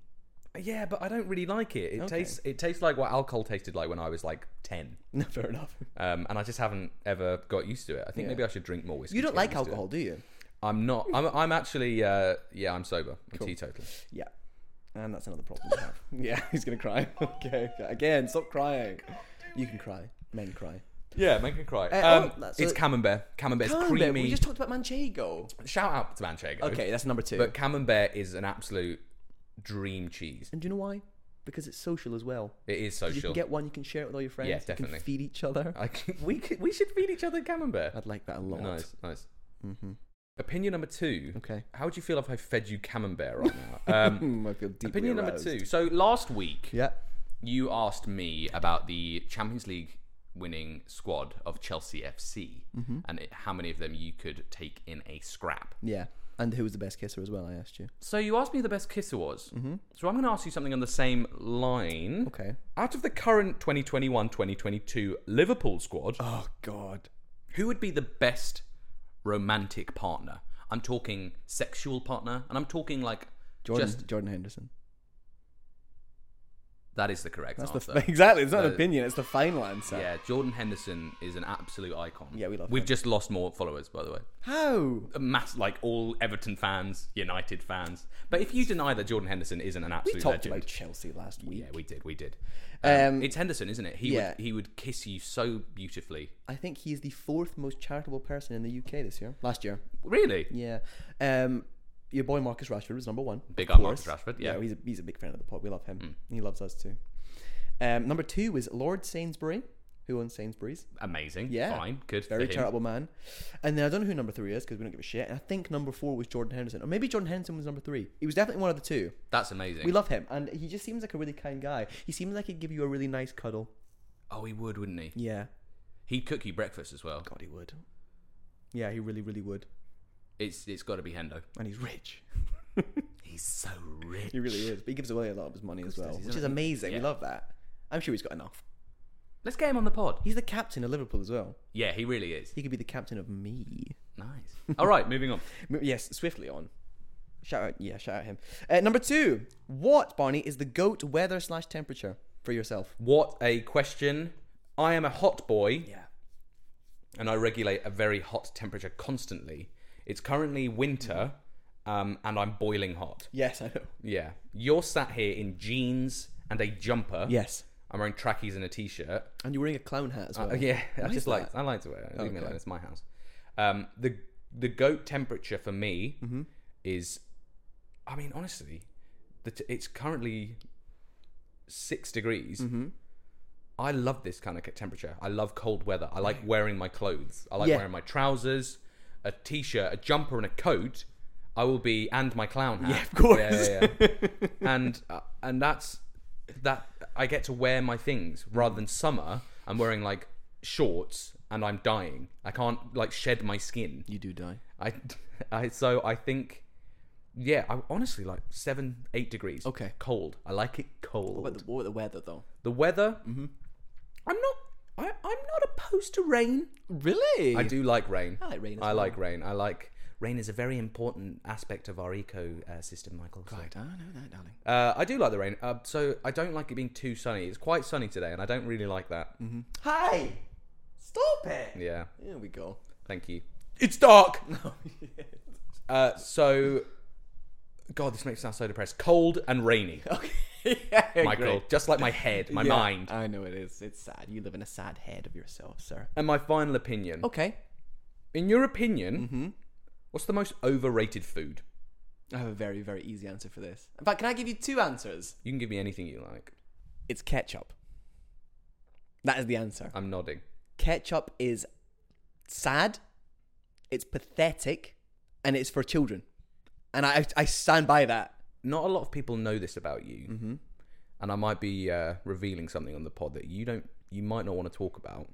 [SPEAKER 1] Yeah, but I don't really like it. It
[SPEAKER 2] Okay.
[SPEAKER 1] tastes it tastes like what alcohol tasted like when I was like ten,
[SPEAKER 2] No, fair enough.
[SPEAKER 1] um, and I just haven't ever got used to it. I think
[SPEAKER 2] Yeah.
[SPEAKER 1] maybe I should drink more whiskey.
[SPEAKER 2] You
[SPEAKER 1] to
[SPEAKER 2] don't
[SPEAKER 1] get
[SPEAKER 2] like
[SPEAKER 1] used to it.
[SPEAKER 2] alcohol, do you?
[SPEAKER 1] I'm not. I'm, I'm actually. Uh, yeah, I'm sober. I'm teetotal.
[SPEAKER 2] Yeah. And that's another problem we have. yeah, he's gonna cry. okay. Again, stop crying. You can cry. Men cry.
[SPEAKER 1] Yeah, make me cry.
[SPEAKER 2] Uh,
[SPEAKER 1] um,
[SPEAKER 2] oh, that's
[SPEAKER 1] it's
[SPEAKER 2] a-
[SPEAKER 1] camembert. Camembert's
[SPEAKER 2] Camembert,
[SPEAKER 1] creamy.
[SPEAKER 2] We just talked about manchego.
[SPEAKER 1] Shout out to Manchego.
[SPEAKER 2] Okay, that's number two.
[SPEAKER 1] But camembert is an absolute dream cheese.
[SPEAKER 2] and do you know why? Because it's social as well.
[SPEAKER 1] It is
[SPEAKER 2] 'Cause You
[SPEAKER 1] social.
[SPEAKER 2] can get one. You can share it with all your friends.
[SPEAKER 1] Yeah,
[SPEAKER 2] You
[SPEAKER 1] definitely.
[SPEAKER 2] can feed each other.
[SPEAKER 1] I can- we could, we should feed each other camembert.
[SPEAKER 2] I'd like that a lot.
[SPEAKER 1] Nice, nice.
[SPEAKER 2] hmm
[SPEAKER 1] Opinion number two.
[SPEAKER 2] Okay.
[SPEAKER 1] How would you feel if I fed you camembert right now? Um,
[SPEAKER 2] Hmm, I feel deeply
[SPEAKER 1] opinion number
[SPEAKER 2] aroused.
[SPEAKER 1] two. So last week
[SPEAKER 2] Yeah.
[SPEAKER 1] you asked me about the Champions League winning squad of Chelsea FC
[SPEAKER 2] Mm-hmm.
[SPEAKER 1] and it, how many of them you could take in a scrap.
[SPEAKER 2] Yeah. And who was the best kisser as well? I asked you.
[SPEAKER 1] So you asked me who the best kisser was. So I'm going to ask you something on the same line.
[SPEAKER 2] Mm-hmm. Okay.
[SPEAKER 1] Out of the current 2021-2022 Liverpool squad,
[SPEAKER 2] Oh God.
[SPEAKER 1] who would be the best romantic partner? I'm talking sexual partner, and I'm talking like
[SPEAKER 2] Jordan.
[SPEAKER 1] just
[SPEAKER 2] Jordan Henderson.
[SPEAKER 1] that is the correct
[SPEAKER 2] That's
[SPEAKER 1] answer.
[SPEAKER 2] the exactly. It's not an
[SPEAKER 1] the-
[SPEAKER 2] opinion. It's the final answer.
[SPEAKER 1] yeah, Jordan Henderson is an absolute icon.
[SPEAKER 2] Yeah, we love
[SPEAKER 1] We've
[SPEAKER 2] him.
[SPEAKER 1] just lost more followers, by the way.
[SPEAKER 2] How?
[SPEAKER 1] A Mass like all Everton fans, United fans. But if you deny that Jordan Henderson isn't an absolute
[SPEAKER 2] We talked
[SPEAKER 1] legend,
[SPEAKER 2] about Chelsea last week.
[SPEAKER 1] yeah, we did, we did. Um,
[SPEAKER 2] Um,
[SPEAKER 1] it's Henderson, isn't it? He
[SPEAKER 2] yeah.
[SPEAKER 1] would he would kiss you so beautifully.
[SPEAKER 2] I think he is the fourth most charitable person in the UK this year. Last year.
[SPEAKER 1] Really?
[SPEAKER 2] Yeah. Um, your boy Marcus Rashford was number one.
[SPEAKER 1] Big
[SPEAKER 2] of
[SPEAKER 1] up Marcus
[SPEAKER 2] course.
[SPEAKER 1] Rashford, yeah. Hmm.
[SPEAKER 2] he's, a, he's a big fan of the pod. We love him. He loves us too. Um, number two was Lord Sainsbury, who owns Sainsbury's.
[SPEAKER 1] Amazing.
[SPEAKER 2] Yeah.
[SPEAKER 1] Fine. Good. for
[SPEAKER 2] Very
[SPEAKER 1] him.
[SPEAKER 2] charitable man. And then I don't know who number three is because we don't give a shit. And I think number four was Jordan Henderson. Or maybe Jordan Henderson was number three. He was definitely one of the two.
[SPEAKER 1] That's amazing.
[SPEAKER 2] We love him. And he just seems like a really kind guy. He seems like he'd give you a really nice cuddle.
[SPEAKER 1] oh, he would, wouldn't he?
[SPEAKER 2] Yeah.
[SPEAKER 1] He'd cook you breakfast as well.
[SPEAKER 2] God, he would. Yeah, he really, really would.
[SPEAKER 1] It's it's got to be Hendo.
[SPEAKER 2] And he's rich.
[SPEAKER 1] He's so rich.
[SPEAKER 2] He really is. But he gives away a lot of his money as
[SPEAKER 1] he does.
[SPEAKER 2] well,
[SPEAKER 1] He's
[SPEAKER 2] which
[SPEAKER 1] not-
[SPEAKER 2] is amazing.
[SPEAKER 1] yeah.
[SPEAKER 2] We love that. I'm sure he's got enough.
[SPEAKER 1] Let's get him on the pod.
[SPEAKER 2] He's the captain of Liverpool as well.
[SPEAKER 1] Yeah, he really is.
[SPEAKER 2] He could be the captain of me.
[SPEAKER 1] Nice. All right, moving on.
[SPEAKER 2] M- Yes, swiftly on. Shout out, yeah, shout out him. Uh, number two, what Barney is the goat weather slash temperature for yourself?
[SPEAKER 1] What a question. I am a hot boy
[SPEAKER 2] Yeah.
[SPEAKER 1] and I regulate a very hot temperature constantly. It's currently winter um, and I'm boiling hot.
[SPEAKER 2] Yes, I know.
[SPEAKER 1] Yeah. You're sat here in jeans and a jumper.
[SPEAKER 2] Yes,
[SPEAKER 1] I'm wearing trackies and a t shirt.
[SPEAKER 2] and you're wearing a clown hat as well.
[SPEAKER 1] Uh, yeah, I
[SPEAKER 2] Why
[SPEAKER 1] just
[SPEAKER 2] is
[SPEAKER 1] like
[SPEAKER 2] that?
[SPEAKER 1] I like to wear it. Leave me
[SPEAKER 2] Okay.
[SPEAKER 1] alone. It's my house. Um, the the goat temperature for me
[SPEAKER 2] Mm-hmm.
[SPEAKER 1] is, I mean, honestly, the t- it's currently six degrees.
[SPEAKER 2] Mm-hmm.
[SPEAKER 1] I love this kind of c- temperature. I love cold weather. I like wearing my clothes. I like
[SPEAKER 2] Yeah.
[SPEAKER 1] wearing my trousers, a t-shirt, a jumper, and a coat. I will be and my clown hat. Yeah,
[SPEAKER 2] of course.
[SPEAKER 1] yeah, yeah. and uh, and that's that I get to wear my things rather than summer. I'm wearing like shorts and I'm dying. I can't like shed my skin.
[SPEAKER 2] You do die.
[SPEAKER 1] I, I so I think, yeah. I honestly like seven, eight degrees.
[SPEAKER 2] Okay.
[SPEAKER 1] cold. I like it cold.
[SPEAKER 2] What about the, Mm-hmm. what about the weather though?
[SPEAKER 1] The weather. I'm not. I, I'm not opposed to rain.
[SPEAKER 2] Mm, Really?
[SPEAKER 1] I do like rain.
[SPEAKER 2] I like rain as
[SPEAKER 1] I
[SPEAKER 2] well.
[SPEAKER 1] like rain. I like rain is a very important aspect of our eco uh, system, Michael. so-
[SPEAKER 2] I don't know that, darling.
[SPEAKER 1] Uh, I do like the rain. Uh, so I don't like it being too sunny. It's quite sunny today, and I don't really like that.
[SPEAKER 2] Hi! Stop it!
[SPEAKER 1] Yeah.
[SPEAKER 2] Here we go.
[SPEAKER 1] Thank you. It's dark. uh, so, God, this makes me sound so depressed. Cold and rainy,
[SPEAKER 2] yeah,
[SPEAKER 1] Michael. Just like my head, my
[SPEAKER 2] Yeah,
[SPEAKER 1] mind.
[SPEAKER 2] I know it is. It's sad. You live in a sad head of yourself, sir.
[SPEAKER 1] And my final opinion.
[SPEAKER 2] Okay.
[SPEAKER 1] In your opinion, what's the most overrated food?
[SPEAKER 2] I have a very, very easy answer for this. In fact, can I give you two answers?
[SPEAKER 1] You can give me anything you like.
[SPEAKER 2] It's ketchup. That is the answer.
[SPEAKER 1] I'm nodding.
[SPEAKER 2] Ketchup is sad, it's pathetic, and it's for children. And I, I stand by that.
[SPEAKER 1] Not a lot of people know this about you,
[SPEAKER 4] Mm-hmm.
[SPEAKER 1] and I might be uh, revealing something on the pod that you don't, you might not want to talk about.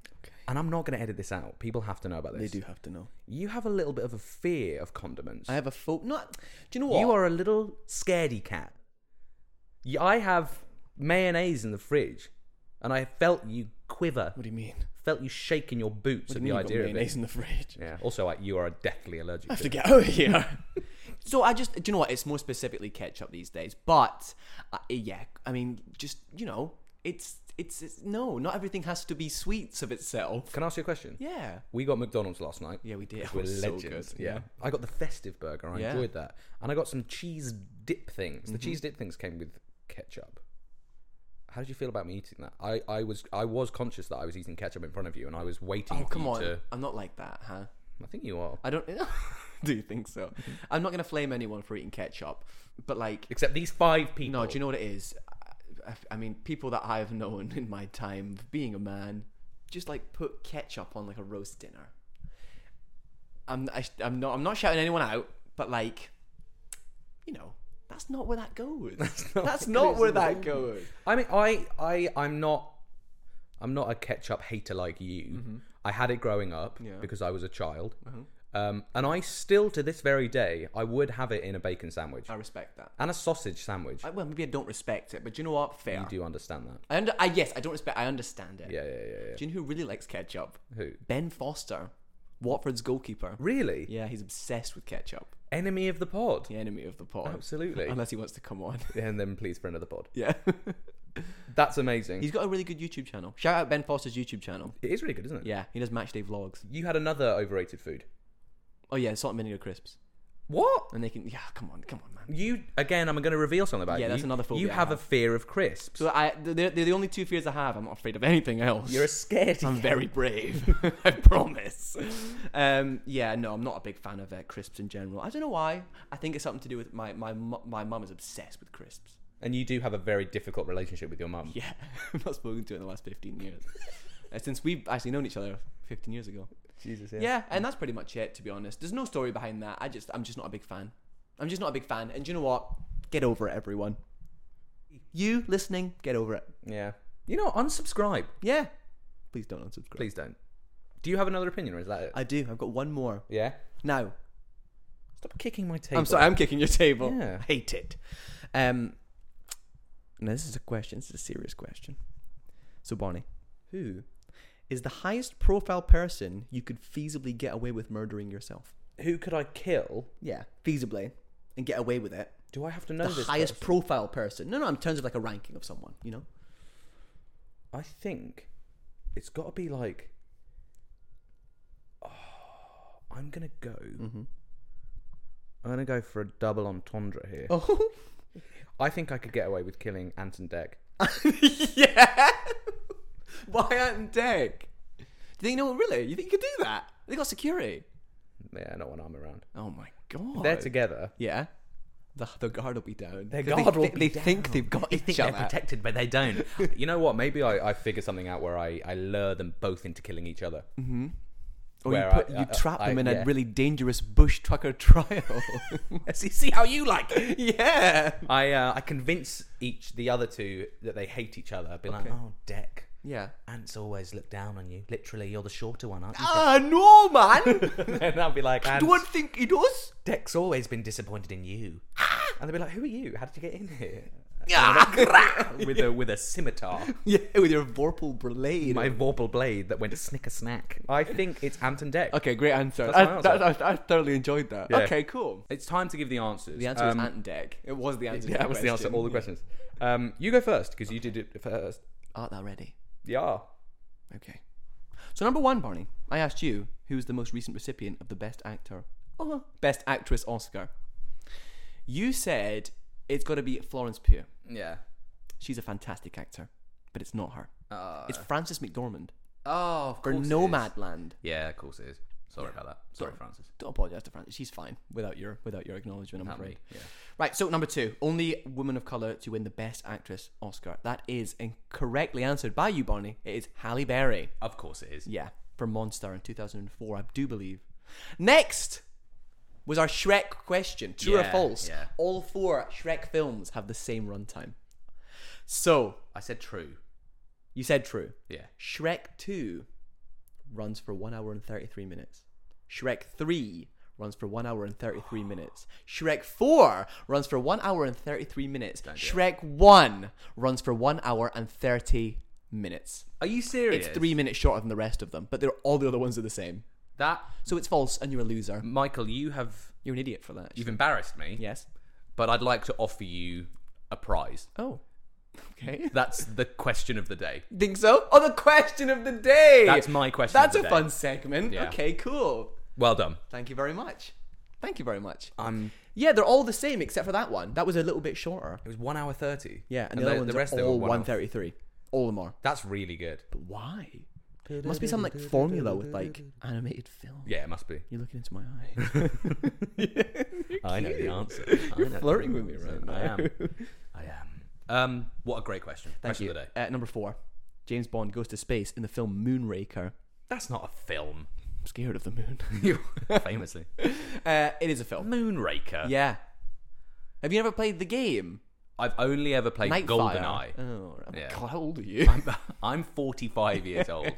[SPEAKER 1] And I'm not going to edit this out. People have to know about this.
[SPEAKER 2] have to know.
[SPEAKER 1] You have a little bit of a fear of condiments.
[SPEAKER 2] I have a full. Not. Do you know what?
[SPEAKER 1] You are a little scaredy cat. Y- I have mayonnaise in the fridge, and I felt you quiver,
[SPEAKER 4] What do you mean?
[SPEAKER 1] felt you shake in your
[SPEAKER 4] What
[SPEAKER 1] boots
[SPEAKER 4] do
[SPEAKER 1] at
[SPEAKER 4] you mean
[SPEAKER 1] the
[SPEAKER 4] you've got
[SPEAKER 1] idea of
[SPEAKER 4] mayonnaise
[SPEAKER 1] it.
[SPEAKER 4] in the fridge?
[SPEAKER 1] Yeah. Also, like, you are deathly allergic.
[SPEAKER 4] I have
[SPEAKER 1] to
[SPEAKER 4] to
[SPEAKER 1] it.
[SPEAKER 4] get out of here.
[SPEAKER 2] So I just, do you know what? It's more specifically ketchup these days, but uh, yeah, I mean, just you know, it's, it's it's no, not everything has to be sweets of itself.
[SPEAKER 1] Can I ask you a question?
[SPEAKER 2] Yeah,
[SPEAKER 1] We got McDonald's last night.
[SPEAKER 2] yeah, we did. It
[SPEAKER 1] We're
[SPEAKER 2] was so
[SPEAKER 1] legends.
[SPEAKER 2] good.
[SPEAKER 1] Yeah. I got the festive burger. I
[SPEAKER 2] Yeah. Mm-hmm.
[SPEAKER 1] enjoyed that. And I got some cheese dip things. The cheese dip things came with ketchup. How did you feel about me eating that? I, I was I was conscious that I was eating ketchup in front of you and I was waiting
[SPEAKER 2] Oh
[SPEAKER 1] for
[SPEAKER 2] come
[SPEAKER 1] you
[SPEAKER 2] on!
[SPEAKER 1] to
[SPEAKER 2] I'm not like that, huh?
[SPEAKER 1] I think you are.
[SPEAKER 2] I don't. do you think so? I'm not gonna flame anyone for eating ketchup, but like,
[SPEAKER 1] Except these five people.
[SPEAKER 2] No, do you know what it is? I, I mean, people that I have known in my time of being a man just like put ketchup on like a roast dinner. I'm I, I'm not I'm not shouting anyone out, but like, you know, that's not where that goes. That's not, where that goes.
[SPEAKER 1] I mean, I, I, I'm not, I'm not a ketchup hater like you. I had it growing up
[SPEAKER 2] Mm-hmm. Yeah. Uh-huh.
[SPEAKER 1] because I was a child, um, and I still, to this very day, I would have it in a bacon sandwich
[SPEAKER 2] I respect that.
[SPEAKER 1] and a sausage sandwich.
[SPEAKER 2] Uh, I, well, maybe I don't respect it, but do you know what? Fair.
[SPEAKER 1] you do understand that?
[SPEAKER 2] I under I yes, I don't respect. I understand it.
[SPEAKER 1] Yeah, yeah, yeah. yeah.
[SPEAKER 2] Do you know who really likes ketchup?
[SPEAKER 1] Who?
[SPEAKER 2] Ben Foster, Watford's goalkeeper.
[SPEAKER 1] Really?
[SPEAKER 2] Yeah, he's obsessed with ketchup.
[SPEAKER 1] Enemy of the pod?
[SPEAKER 2] The enemy of the
[SPEAKER 1] Oh,
[SPEAKER 2] pod.
[SPEAKER 1] Absolutely.
[SPEAKER 2] Unless he wants to come on.
[SPEAKER 1] and then please friend of the pod.
[SPEAKER 2] Yeah.
[SPEAKER 1] That's amazing.
[SPEAKER 2] He's got a really good YouTube channel. Shout out Ben Foster's YouTube channel.
[SPEAKER 1] It is really good, isn't it?
[SPEAKER 2] Yeah, he does match day vlogs.
[SPEAKER 1] You had another overrated food.
[SPEAKER 2] Oh yeah, salt and vinegar crisps.
[SPEAKER 1] What?
[SPEAKER 2] And they can yeah, come on, come on, man.
[SPEAKER 1] You again? I'm going to reveal something about
[SPEAKER 2] Yeah,
[SPEAKER 1] you.
[SPEAKER 2] that's another phobia
[SPEAKER 1] You
[SPEAKER 2] I
[SPEAKER 1] have a
[SPEAKER 2] have.
[SPEAKER 1] fear of crisps.
[SPEAKER 2] So I they're, they're the only two fears I have. I'm not afraid of anything else.
[SPEAKER 1] You're a scaredy.
[SPEAKER 2] I'm very brave. I promise. Um, yeah, no, I'm not a big fan of uh, crisps in general. I don't know why. I think it's something to do with my my mu- my mum is obsessed with crisps.
[SPEAKER 1] And you do have a very difficult relationship with your mum.
[SPEAKER 2] Yeah, I've not spoken to her in the last 15 years. Uh, since we've actually known each other 15 years ago.
[SPEAKER 1] Jesus,
[SPEAKER 2] yeah. and that's pretty much it to be honest there's no story behind that i just i'm just not a big fan i'm just not a big fan and do you know what get over it everyone you listening get over it
[SPEAKER 1] Yeah. You know, unsubscribe.
[SPEAKER 2] yeah please don't unsubscribe
[SPEAKER 1] Please don't. Do you have another opinion, or is that it?
[SPEAKER 2] i do i've got one more
[SPEAKER 1] yeah.
[SPEAKER 2] now
[SPEAKER 1] Stop kicking my table.
[SPEAKER 2] i'm sorry i'm kicking your table
[SPEAKER 1] Yeah.
[SPEAKER 2] I hate it um now this is a question this is a serious question so bonnie who is the highest profile person you could feasibly get away with murdering yourself
[SPEAKER 1] Who could I kill?
[SPEAKER 2] yeah feasibly and get away with it
[SPEAKER 1] Do I have to know
[SPEAKER 2] the
[SPEAKER 1] this?
[SPEAKER 2] highest
[SPEAKER 1] person?
[SPEAKER 2] profile person. No, no, in terms of like a ranking of someone, you know.
[SPEAKER 1] I think it's got to be like. Oh, I'm gonna go.
[SPEAKER 2] Mm-hmm.
[SPEAKER 1] I'm gonna go for a double entendre here.
[SPEAKER 2] Oh,
[SPEAKER 1] I think I could get away with killing Anton Deck.
[SPEAKER 2] yeah. Why aren't Deck? Do you think no? Really? You think you could do that? They got security.
[SPEAKER 1] Yeah, not when I'm around.
[SPEAKER 2] Oh my god.
[SPEAKER 1] They're together.
[SPEAKER 2] yeah. The, the guard will be down.
[SPEAKER 1] Their
[SPEAKER 2] 'Cause they
[SPEAKER 1] guard will
[SPEAKER 2] thi-
[SPEAKER 1] be
[SPEAKER 2] They think
[SPEAKER 1] down.
[SPEAKER 2] they've got
[SPEAKER 1] They
[SPEAKER 2] each
[SPEAKER 1] think
[SPEAKER 2] other.
[SPEAKER 1] they're protected, but they don't. you know what? Maybe I, I figure something out where I, I lure them both into killing each other.
[SPEAKER 2] or you,
[SPEAKER 1] where
[SPEAKER 2] put,
[SPEAKER 1] I-
[SPEAKER 2] you
[SPEAKER 1] I-
[SPEAKER 2] trap
[SPEAKER 1] I-
[SPEAKER 2] them in
[SPEAKER 1] yeah.
[SPEAKER 2] a really dangerous bush trucker trial.
[SPEAKER 1] See, see how you like it.
[SPEAKER 2] yeah.
[SPEAKER 1] I uh, I convince each the other two that they hate each other. Be like,
[SPEAKER 2] Okay.
[SPEAKER 1] oh, Deck.
[SPEAKER 2] Yeah.
[SPEAKER 1] Ants always look down on you. Literally, you're the shorter one, aren't you?
[SPEAKER 2] Ah, no, man.
[SPEAKER 1] Deck?" and I'll be like, "Ants,
[SPEAKER 2] Don't think he does.
[SPEAKER 1] Deck's always been disappointed in you. and they'll be like, who are you? How did you get in here?
[SPEAKER 2] Yeah.
[SPEAKER 1] With a with a scimitar,
[SPEAKER 2] yeah, with your Vorpal blade.
[SPEAKER 1] my vorpal blade that went snicker snack. I think it's Ant and Deck.
[SPEAKER 2] Okay, great answer.
[SPEAKER 1] That's my
[SPEAKER 2] I,
[SPEAKER 1] answer.
[SPEAKER 2] that- I, I thoroughly enjoyed that.
[SPEAKER 1] Yeah.
[SPEAKER 2] Okay, cool.
[SPEAKER 1] It's time to give the answers.
[SPEAKER 2] The answer
[SPEAKER 1] Um,
[SPEAKER 2] is Ant Deck. It was the answer.
[SPEAKER 1] Yeah, that was the answer. to All the questions. Um, you go first because you did it first.
[SPEAKER 2] Art thou ready?
[SPEAKER 1] Yeah.
[SPEAKER 2] Okay. So number one, Barney, I asked you who is the most recent recipient of the Best Actor, or Best Actress Oscar. You said it's got to be Florence Pugh.
[SPEAKER 1] Yeah.
[SPEAKER 2] She's a fantastic actor, but it's not her.
[SPEAKER 1] Uh,
[SPEAKER 2] It's Frances McDormand
[SPEAKER 1] oh, of
[SPEAKER 2] for
[SPEAKER 1] course it is.
[SPEAKER 2] Nomadland.
[SPEAKER 1] Yeah, of course it is. Sorry about that. Sorry, Francis.
[SPEAKER 2] Don't apologize to Frances. She's fine without your without your acknowledgement. I'm
[SPEAKER 1] Not
[SPEAKER 2] afraid.
[SPEAKER 1] me. Yeah.
[SPEAKER 2] Right, so number two, only woman of color to win the Best Actress Oscar. That is incorrectly answered by you, Barney. It is Halle Berry.
[SPEAKER 1] Of course it is.
[SPEAKER 2] Yeah, for Monster in 2004, I do believe. Next was our Shrek question. True or
[SPEAKER 1] Yeah,
[SPEAKER 2] false?
[SPEAKER 1] yeah.
[SPEAKER 2] All four Shrek films have the same runtime. So
[SPEAKER 1] I said true.
[SPEAKER 2] you said true.
[SPEAKER 1] Yeah.
[SPEAKER 2] Shrek 2 runs for 1 hour and 33 minutes. Shrek 3 runs for 1 hour and 33 minutes. Shrek 4 runs for 1 hour and 33 minutes. Shrek 1 runs for 1 hour and 30 minutes.
[SPEAKER 1] Are you serious?
[SPEAKER 2] It's 3 minutes shorter than the rest of them, but they're all the other ones are the same.
[SPEAKER 1] That
[SPEAKER 2] So it's false and you're a loser.
[SPEAKER 1] Michael, you have
[SPEAKER 2] You're an idiot for that. actually.
[SPEAKER 1] you've embarrassed me.
[SPEAKER 2] Yes.
[SPEAKER 1] But I'd like to offer you a prize.
[SPEAKER 2] Oh. Okay.
[SPEAKER 1] That's the question of the day.
[SPEAKER 2] Think so? Oh, the question of the day.
[SPEAKER 1] That's my question
[SPEAKER 2] That's
[SPEAKER 1] of
[SPEAKER 2] a
[SPEAKER 1] the
[SPEAKER 2] fun
[SPEAKER 1] day.
[SPEAKER 2] segment.
[SPEAKER 1] Yeah.
[SPEAKER 2] Okay, cool.
[SPEAKER 1] Well done.
[SPEAKER 2] Thank you very much. Thank you very much.
[SPEAKER 1] Um,
[SPEAKER 2] Yeah, they're all the same except for that one. That was a little bit shorter.
[SPEAKER 1] it was one hour thirty.
[SPEAKER 2] Yeah, and, the, other ones are
[SPEAKER 1] they were
[SPEAKER 2] all
[SPEAKER 1] one hour-
[SPEAKER 2] one thirty three. All the more.
[SPEAKER 1] That's really good.
[SPEAKER 2] But why? It must be some like formula with like animated film.
[SPEAKER 1] Yeah, it must be.
[SPEAKER 2] You're looking into my eyes.
[SPEAKER 1] I know the answer. You're
[SPEAKER 2] flirting with me right
[SPEAKER 1] I am. I am. Um, what a great question.
[SPEAKER 2] Thank
[SPEAKER 1] question
[SPEAKER 2] you.
[SPEAKER 1] of the day.
[SPEAKER 2] Uh, number four. James Bond goes to space in the film Moonraker.
[SPEAKER 1] That's not a film.
[SPEAKER 2] I'm scared of the moon.
[SPEAKER 1] Famously,
[SPEAKER 2] uh, it is a film.
[SPEAKER 1] Moonraker.
[SPEAKER 2] Yeah. Have you ever played the game?
[SPEAKER 1] I've only ever played
[SPEAKER 2] Nightfire.
[SPEAKER 1] GoldenEye.
[SPEAKER 2] Oh, right.
[SPEAKER 1] Yeah.
[SPEAKER 2] God, how old are you?
[SPEAKER 1] I'm, I'm 45 years old.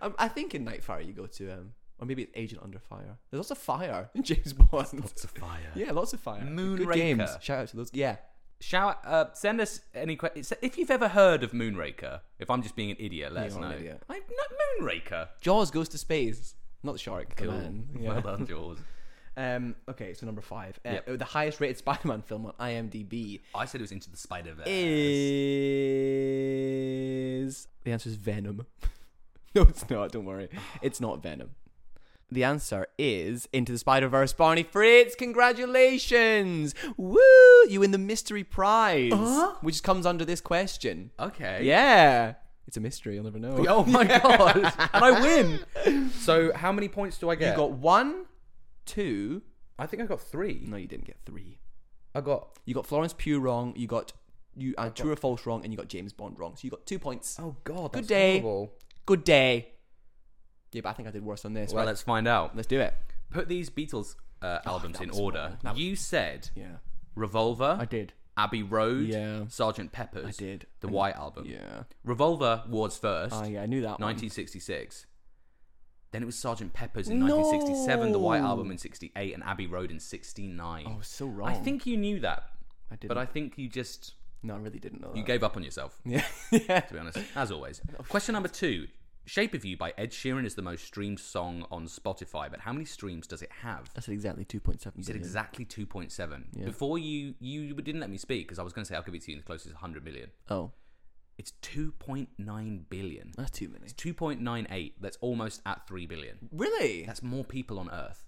[SPEAKER 2] Um, I think in Nightfire you go to, um, or maybe it's Agent Under Fire. There's lots of fire in James Bond.
[SPEAKER 1] Lots of fire.
[SPEAKER 2] Yeah, lots of fire. Good
[SPEAKER 1] Moonraker.
[SPEAKER 2] games. Shout out to those. Yeah.
[SPEAKER 1] Shout, uh, send us any questions. If you've ever heard of Moonraker, if I'm just being an idiot, let us
[SPEAKER 2] You're
[SPEAKER 1] know.
[SPEAKER 2] an idiot.
[SPEAKER 1] I, no, Moonraker.
[SPEAKER 2] Jaws goes to space. Not the shark, the man. Yeah.
[SPEAKER 1] Well done, Jaws.
[SPEAKER 2] Um, okay, so number five. Uh,
[SPEAKER 1] Yep.
[SPEAKER 2] The highest rated Spider Man film on IMDb
[SPEAKER 1] I said it was Into the Spider Verse.
[SPEAKER 2] is. The answer is Venom. no, it's not. Don't worry. It's not Venom. The answer is Into the Spider Verse, Barney Fritz. Congratulations! Woo! You win the mystery prize,
[SPEAKER 1] Uh-huh.
[SPEAKER 2] which comes under this question.
[SPEAKER 1] Okay.
[SPEAKER 2] Yeah, it's a mystery. You'll never know.
[SPEAKER 1] Oh my god! And I win. So how many points do I get?
[SPEAKER 2] You got one, two.
[SPEAKER 1] I think I got three.
[SPEAKER 2] No, you didn't get three.
[SPEAKER 1] I got.
[SPEAKER 2] You got Florence Pugh wrong. You got you uh, true or false wrong, and you got James Bond wrong. So you got two points.
[SPEAKER 1] Oh god.
[SPEAKER 2] Good
[SPEAKER 1] that's
[SPEAKER 2] day.
[SPEAKER 1] horrible.
[SPEAKER 2] Good day. Yeah, but I think I did worse on this.
[SPEAKER 1] Well,
[SPEAKER 2] right?
[SPEAKER 1] let's find out.
[SPEAKER 2] let's do it.
[SPEAKER 1] Put these Beatles uh, albums
[SPEAKER 2] that
[SPEAKER 1] in
[SPEAKER 2] was horrible.
[SPEAKER 1] order.
[SPEAKER 2] That was-
[SPEAKER 1] You said
[SPEAKER 2] Yeah,
[SPEAKER 1] Revolver.
[SPEAKER 2] I did.
[SPEAKER 1] Abbey Road.
[SPEAKER 2] Yeah.
[SPEAKER 1] Sergeant Pepper's.
[SPEAKER 2] I did.
[SPEAKER 1] The White album.
[SPEAKER 2] Yeah.
[SPEAKER 1] Revolver was first.
[SPEAKER 2] Oh yeah, I knew that. one.
[SPEAKER 1] 1966. Then it was Sergeant Pepper's in
[SPEAKER 2] No.
[SPEAKER 1] 1967, The White Album in 68, and Abbey Road in 69.
[SPEAKER 2] I Oh, was so wrong.
[SPEAKER 1] I think you knew that,
[SPEAKER 2] I did.
[SPEAKER 1] but I think you just
[SPEAKER 2] no, I really didn't know.
[SPEAKER 1] you
[SPEAKER 2] that.
[SPEAKER 1] gave up on yourself.
[SPEAKER 2] yeah, yeah.
[SPEAKER 1] To be honest, as always. Question number two: "Shape of You" by Ed Sheeran is the most streamed song on Spotify, but how many streams does it have?
[SPEAKER 2] I said exactly two point seven.
[SPEAKER 1] You said exactly 2.7. Before you, you didn't let me speak because I was going to say I'll give it to you in the closest 100 million.
[SPEAKER 2] Oh,
[SPEAKER 1] It's 2.9 billion.
[SPEAKER 2] that's too many.
[SPEAKER 1] It's 2.98. That's almost at 3 billion.
[SPEAKER 2] Really?
[SPEAKER 1] That's more people on Earth.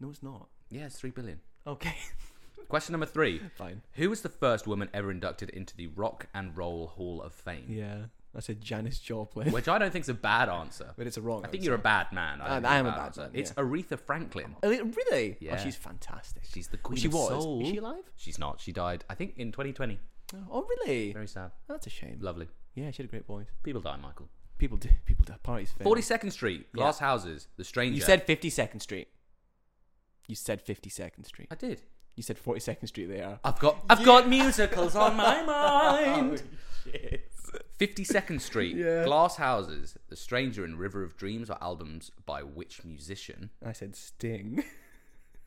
[SPEAKER 2] No, it's not.
[SPEAKER 1] Yeah, it's 3 billion.
[SPEAKER 2] Okay.
[SPEAKER 1] Question number three.
[SPEAKER 2] Fine.
[SPEAKER 1] Who was the first woman ever inducted into the Rock and Roll Hall of Fame?
[SPEAKER 2] Yeah, I said Janice Joplin,
[SPEAKER 1] Which I don't think is a bad answer.
[SPEAKER 2] but it's a wrong.
[SPEAKER 1] I think you're a bad man.
[SPEAKER 2] I-
[SPEAKER 1] don't
[SPEAKER 2] I
[SPEAKER 1] think
[SPEAKER 2] am a
[SPEAKER 1] you're
[SPEAKER 2] bad
[SPEAKER 1] answer.
[SPEAKER 2] man,
[SPEAKER 1] It's
[SPEAKER 2] yeah.
[SPEAKER 1] Aretha Franklin.
[SPEAKER 2] Oh, really?
[SPEAKER 1] Yeah.
[SPEAKER 2] Oh, she's fantastic.
[SPEAKER 1] She's the queen
[SPEAKER 2] she
[SPEAKER 1] of
[SPEAKER 2] was.
[SPEAKER 1] soul.
[SPEAKER 2] Is she alive?
[SPEAKER 1] She's not. She died, I think, in 2020.
[SPEAKER 2] Oh, really?
[SPEAKER 1] Very sad.
[SPEAKER 2] That's a shame.
[SPEAKER 1] Lovely.
[SPEAKER 2] Yeah, she had a great voice.
[SPEAKER 1] People die, Michael.
[SPEAKER 2] People do. People do. Parties fail.
[SPEAKER 1] 42nd Street, Glass Houses, The Stranger.
[SPEAKER 2] You said Fifty Second Street. You said Fifty Second Street.
[SPEAKER 1] I did.
[SPEAKER 2] You said Forty Second Street. There. Oh,
[SPEAKER 1] I've got Uh, I've got musicals on my mind.
[SPEAKER 2] shit.
[SPEAKER 1] 52nd Street,
[SPEAKER 2] Yeah.
[SPEAKER 1] Glass Houses, The Stranger and River of Dreams are albums by which musician?
[SPEAKER 2] I said Sting.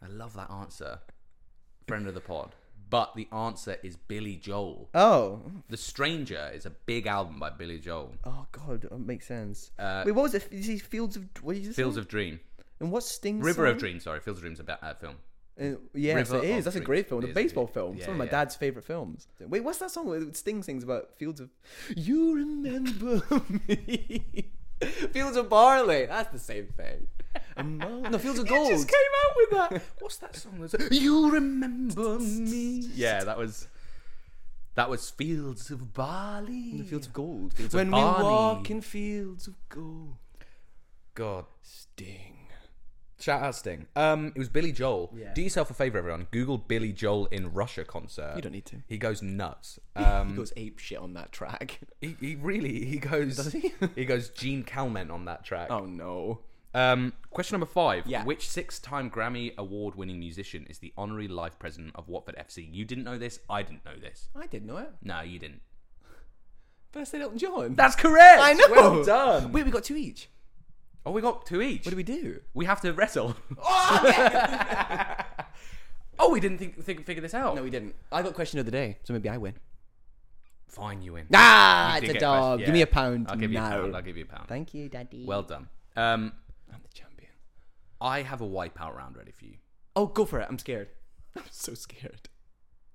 [SPEAKER 1] I love that answer. Friend of the pod. But the answer is Billy Joel.
[SPEAKER 2] Oh.
[SPEAKER 1] The Stranger is a big album by Billy Joel.
[SPEAKER 2] Oh God, that makes sense.
[SPEAKER 1] Uh,
[SPEAKER 2] Wait, what was it? Is he Fields of? What did you say?
[SPEAKER 1] Fields of Dream.
[SPEAKER 2] And what's Sting's
[SPEAKER 1] River of
[SPEAKER 2] song?
[SPEAKER 1] Dreams, sorry. Fields of Dreams is a ba- uh, film.
[SPEAKER 2] Uh, yes,
[SPEAKER 1] River
[SPEAKER 2] it
[SPEAKER 1] of
[SPEAKER 2] is. That's a
[SPEAKER 1] Dreams.
[SPEAKER 2] great
[SPEAKER 1] It
[SPEAKER 2] film. The
[SPEAKER 1] is a
[SPEAKER 2] baseball
[SPEAKER 1] good-
[SPEAKER 2] film. It's
[SPEAKER 1] yeah,
[SPEAKER 2] one of my
[SPEAKER 1] yeah.
[SPEAKER 2] dad's favorite films. Wait, what's that song that Sting sings about Fields of? You remember me? Fields of barley. That's the same thing. Among- no, Fields of Gold.
[SPEAKER 1] out with that. What's that song? That's- you remember me. Yeah, that was that was Fields of Barley.
[SPEAKER 2] The Fields of Gold. Fields
[SPEAKER 1] of
[SPEAKER 2] when
[SPEAKER 1] Barley.
[SPEAKER 2] we walk in fields of gold.
[SPEAKER 1] God.
[SPEAKER 2] Sting.
[SPEAKER 1] Shout out Sting. Um, it was Billy Joel.
[SPEAKER 2] Yeah.
[SPEAKER 1] Do yourself a favor, everyone. Google Billy Joel in Russia concert.
[SPEAKER 2] You don't need to.
[SPEAKER 1] He goes nuts.
[SPEAKER 2] he
[SPEAKER 1] Um,
[SPEAKER 2] goes ape shit on that track.
[SPEAKER 1] he, he really he goes.
[SPEAKER 2] Does he?
[SPEAKER 1] goes Gene Calment on that track.
[SPEAKER 2] Oh no.
[SPEAKER 1] Um, question number five.
[SPEAKER 2] Yeah.
[SPEAKER 1] Which six-time Grammy award-winning musician is the honorary life president of Watford FC? You didn't know this. I didn't know this.
[SPEAKER 2] I didn't know it.
[SPEAKER 1] No, you didn't.
[SPEAKER 2] But I said Elton John.
[SPEAKER 1] That's correct.
[SPEAKER 2] I know.
[SPEAKER 1] Well done.
[SPEAKER 2] Wait, we got two each.
[SPEAKER 1] Oh, we got two each.
[SPEAKER 2] What do we do?
[SPEAKER 1] We have to wrestle. oh, we didn't think, think figure this out.
[SPEAKER 2] No, we didn't. I got question of the day, so maybe I win.
[SPEAKER 1] Fine, you win.
[SPEAKER 2] Ah,
[SPEAKER 1] You did
[SPEAKER 2] it's a
[SPEAKER 1] get
[SPEAKER 2] dog.
[SPEAKER 1] question-
[SPEAKER 2] Give me
[SPEAKER 1] yeah.
[SPEAKER 2] a pound.
[SPEAKER 1] I'll give you a
[SPEAKER 2] now.
[SPEAKER 1] pound. I'll give you a pound.
[SPEAKER 2] Thank you, Daddy.
[SPEAKER 1] Well done. Um,
[SPEAKER 2] I'm the champion.
[SPEAKER 1] I have a wipeout round ready for you.
[SPEAKER 2] Oh, go for it. I'm scared. I'm so scared.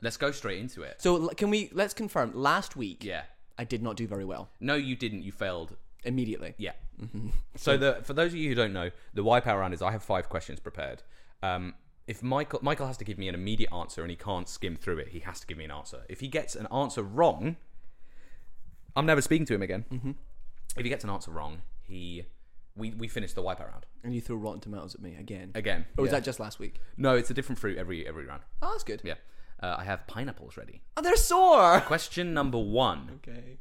[SPEAKER 1] Let's go straight into it.
[SPEAKER 2] So l- can we? Let's confirm. Last week,
[SPEAKER 1] Yeah.
[SPEAKER 2] I did not do very well.
[SPEAKER 1] No, you didn't. You failed.
[SPEAKER 2] Immediately.
[SPEAKER 1] Yeah.
[SPEAKER 2] Mm-hmm.
[SPEAKER 1] So the for those of you who don't know, the why power round is I have five questions prepared. Um, if Michael Michael has to give me an immediate answer and he can't skim through it, he has to give me an answer. If he gets an answer wrong, I'm never speaking to him again.
[SPEAKER 2] Mm-hmm.
[SPEAKER 1] If he gets an answer wrong, he we we finish the wipeout round
[SPEAKER 2] And you threw Rotten Tomatoes at me again.
[SPEAKER 1] again.
[SPEAKER 2] Or was
[SPEAKER 1] Yeah.
[SPEAKER 2] Oh, that just last week?
[SPEAKER 1] no? It's a different fruit every every round.
[SPEAKER 2] Oh, that's good.
[SPEAKER 1] Yeah. Uh, I have pineapples ready.
[SPEAKER 2] Oh, they're sore.
[SPEAKER 1] Question number one:
[SPEAKER 2] Okay.